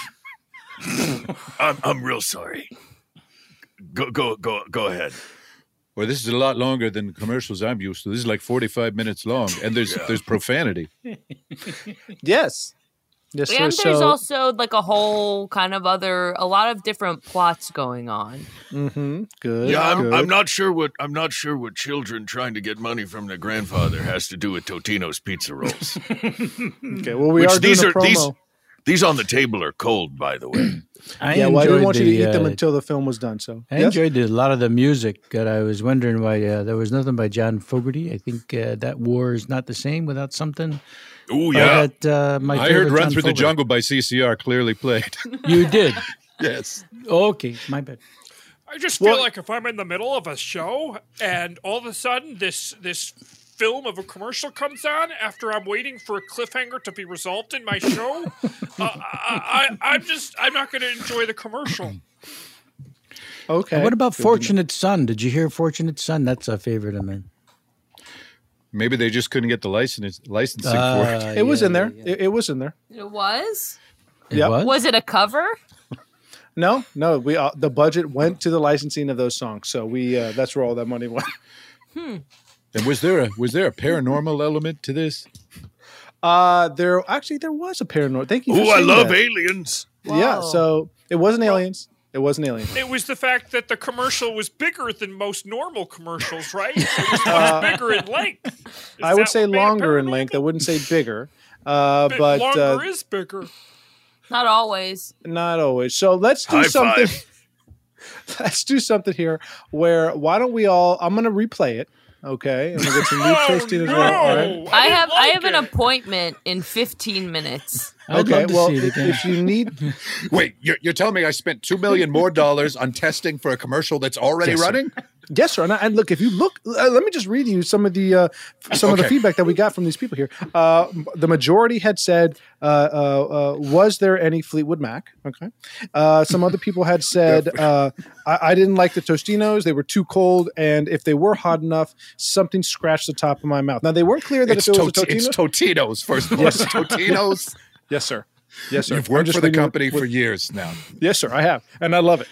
F: I'm, I'm real sorry. Go, go, go, go ahead.
G: Well, this is a lot longer than the commercials I'm used to. This is like 45 minutes long, and there's there's profanity.
H: yes, yes, sir.
D: and there's
H: so,
D: also like a whole kind of other, a lot of different plots going on.
H: hmm good.
F: yeah, I'm,
H: good.
F: I'm not sure what I'm not sure what children trying to get money from their grandfather has to do with Totino's pizza rolls.
H: Okay, well, we
F: Which
H: are
F: these
H: doing a
F: are
H: promo.
F: these these on the table are cold, by the way.
B: I
H: yeah, well, I didn't
B: enjoyed
H: want you to
B: the,
H: eat them
B: uh, eh?
H: until the film was done. So
B: I
H: Yes?
B: enjoyed a lot of the music, and I was wondering why uh, there was nothing by John Fogerty. I think uh, that war is not the same without something.
F: Ooh,
B: by
G: Oh, yeah.
B: That, uh, my
G: I heard
B: favorite
G: Run
B: John
G: Through the
B: Fogerty.
G: Jungle by CCR clearly played.
B: You did. Oh.
G: yes.
B: Okay, my bad.
C: I just feel like if I'm in the middle of a show and all of a sudden this this film of a commercial comes on after I'm waiting for a cliffhanger to be resolved in my show, uh, I, I, I'm just I'm not going to enjoy the commercial.
H: Okay.
B: what about
G: Good to know.
B: Fortunate Son? Did you hear Fortunate Son? That's a favorite of mine.
G: Maybe they just couldn't get the license, licensing
B: Uh,
G: for
H: it
G: it.
H: was in there. It, it was in there.
D: It was?
H: Yeah.
D: Was it a cover?
H: No, no. We uh, the budget went to the licensing of those songs, so we uh, that's where all that money went.
D: Hmm.
G: And was there a was there a paranormal element to this?
H: Uh, there actually there was a paranormal. Thank you. for
F: Ooh, I
H: saying
F: love
H: that.
F: aliens.
H: Yeah,
C: Wow.
H: so it wasn't aliens. It wasn't aliens.
C: It was the fact that the commercial was bigger than most normal commercials, right? It was
F: Uh,
C: much bigger in length.
H: I would say longer in length. I wouldn't say bigger, uh,
C: Bit
H: but
C: longer
H: uh,
C: is bigger.
D: Not always.
H: not always. So let's do
F: High
H: something.
F: five.
H: Let's do something here. Where why don't we all? I'm going to replay it. Okay, and we'll get some
F: Oh,
H: meat toasting as well. All right.
D: I have I have an appointment in 15 minutes.
G: Okay, well, if-
H: if you need.
G: Wait, you're, you're telling me I spent two million more dollars on testing for a commercial that's already
H: Yes, sir.
G: running?
H: Yes, sir. And, I, and look, if you look, uh, let me just read you some of the uh, f- some of the
G: Okay.
H: feedback that we got from these people here. Uh, m- the majority had said, uh, uh, uh, "Was there any Fleetwood Mac?" Okay. Uh, some other people had said, uh, I-, "I didn't like the Tostinos; they were too cold, and if they were hot enough, something scratched the top of my mouth." Now they weren't clear that
G: It's,
H: if it was
G: Tot-
H: a Totino.
G: it's Totino's first of all.
H: Yes.
G: It's Totino's.
H: yes, sir. Yes, sir.
G: You've
H: I'm
G: worked
H: just
G: for the
H: reading what-
G: company
H: what-
G: for years now.
H: Yes, sir, I have, and I love it.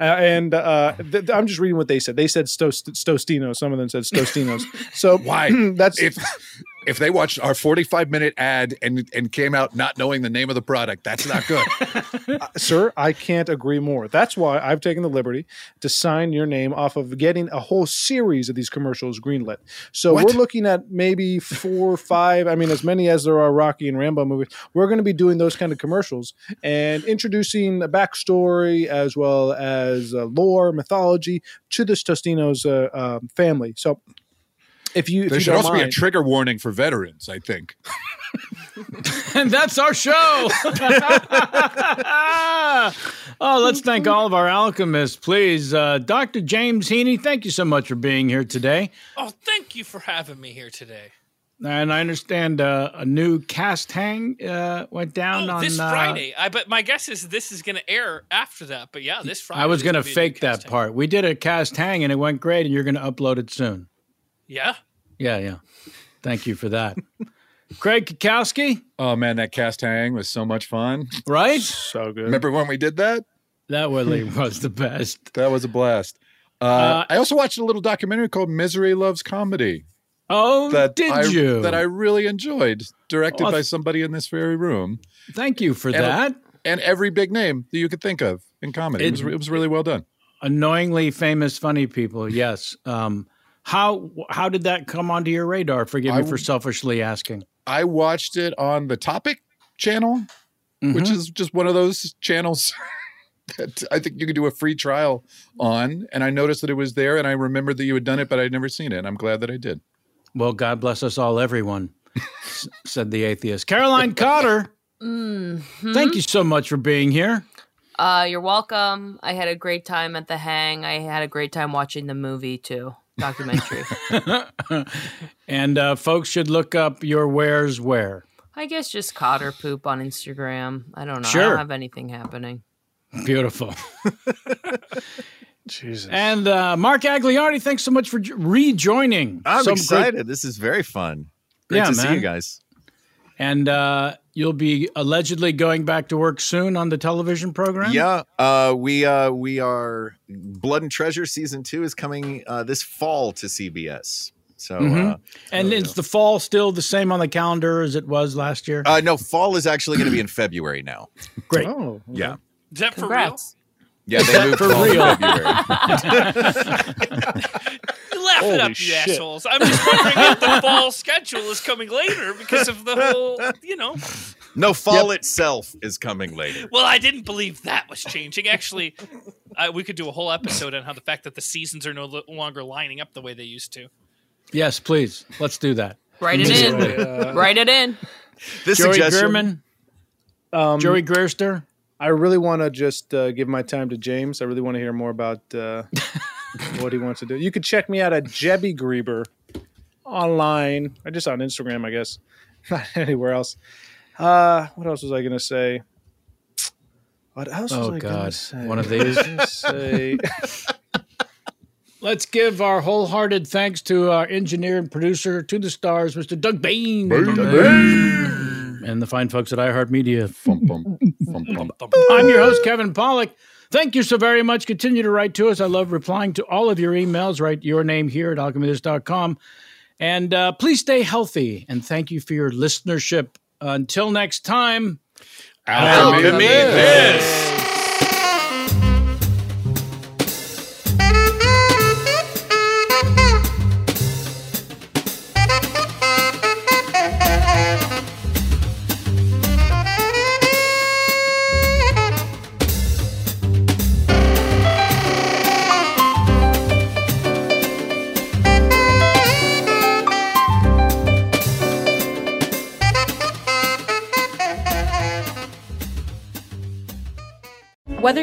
H: Uh, and uh, th- th- I'm just reading what they said. They said Stost- Stostino. Some of them said Stostinos. So
G: Why?
H: that's
G: if if they watched our 45 minute ad and and came out not knowing the name of the product, that's not good.
H: sir, I can't agree more. That's why I've taken the liberty to sign your name off of getting a whole series of these commercials greenlit. So
G: What?
H: we're looking at maybe four or five, I mean, as many as there are Rocky and Rambo movies. We're going to be doing those kind of commercials and introducing a backstory as well as uh, lore, mythology to this Tostino's uh, uh, family. So if you, if
G: there
H: you
G: should
H: don't
G: also be a
H: mind-
G: trigger warning for veterans, I think.
B: and that's our show. oh, let's thank all of our alchemists, please. Uh, Dr. James Heaney, thank you so much for being here today.
C: Oh, thank you for having me here today.
B: And I understand uh, a new cast hang uh, went down on
C: Oh, this
B: uh,
C: Friday. I but my guess is this is going to air after that. But yeah, this Friday.
B: I was
C: is
B: going to
C: be a new
B: fake
C: cast.
B: that part. We did a cast hang and it went great, and you're going to upload it soon.
C: Yeah.
B: Yeah, yeah. Thank you for that. Craig Kukowski.
G: Oh man, that cast hang was so much fun.
B: Right?
H: So good.
G: Remember when we did that?
B: That really was the best.
G: That was a blast. Uh,
B: Uh,
G: I also watched a little documentary called "Misery Loves Comedy."
B: Oh, did
G: I,
B: you?
G: That I really enjoyed, directed
B: Oh,
G: by somebody in this very room.
B: Thank you for
G: and,
B: that.
G: and every big name that you could think of in comedy. It,
B: It-
G: was, it was really well done.
B: Annoyingly famous, funny people. Yes. Um, how how did that come onto your radar? Forgive
G: I-
B: me for selfishly asking.
G: I watched it on the Topic channel, which
B: Mm-hmm.
G: is just one of those channels that I think you can do a free trial on. And I noticed that it was there, and I remembered that you had done it, but I'd never seen it. And I'm glad that I did.
B: Well, God bless us all, everyone. s- said the atheist, Caroline Cotter.
C: Hmm?
D: Mhm.
B: Thank you so much for being here.
D: Uh, you're welcome. I had a great time at the hang. I had a great time watching the movie too. Documentary.
B: and uh, folks should look up your wares where.
D: I guess just cotter poop on Instagram. I don't know. I
B: Sure.
D: don't have anything happening.
B: Beautiful. Jesus. And uh, Mark Agliardi, thanks so much for jo- rejoining.
F: I'm
B: Some great-
F: excited. This is very fun. Great
B: Yeah,
F: to see
B: man.
F: you guys.
B: and uh, you'll be allegedly going back to work soon on the television program.
F: Yeah, uh, we uh, we are Blood and Treasure season two is coming uh, this fall to CBS. So
B: Mhm.
F: uh,
B: and is the fall still the same on the calendar as it was last year?
F: uh, no, fall is actually going to be in February now.
B: Great.
F: Yeah,
C: Is that for
D: Congrats.
F: yeah, they moved
B: for
F: fall to
B: real?
F: February.
C: You laugh it
F: Holy
C: up, you
F: shit.
C: assholes. I'm just wondering if the fall schedule is coming later because of the whole, you know.
F: no, fall itself is coming later.
C: Well, I didn't believe that was changing. Actually, I, we could do a whole episode on how the fact that the seasons are no lo- longer lining up the way they used to.
B: Yes, please. Let's do that.
D: Write it in. Write it in.
F: This
B: Joey
F: suggestion-
B: German.
H: Um,
B: Joey Gerster.
H: I really want to just uh, give my time to James. I really want to hear more about uh, what he wants to do. You could check me out at Jebby Grieber online. I just on Instagram, I guess, not anywhere else. Uh, what else was I gonna say? What else
B: Oh,
H: was I gonna
B: God.
H: say?
B: One of these?
H: I was gonna say-
B: Let's give our wholehearted thanks to our engineer and producer to the stars, Mr. Doug Bain. And the fine folks at iHeartMedia. I'm your host, Kevin Pollock. Thank you so very much. Continue to write to us. I love replying to all of your emails. Write your name here at alchemist.com. And uh, please stay healthy. And thank you for your listenership. Until next time.
F: Alchemy this.
R: Thank you.
S: Whether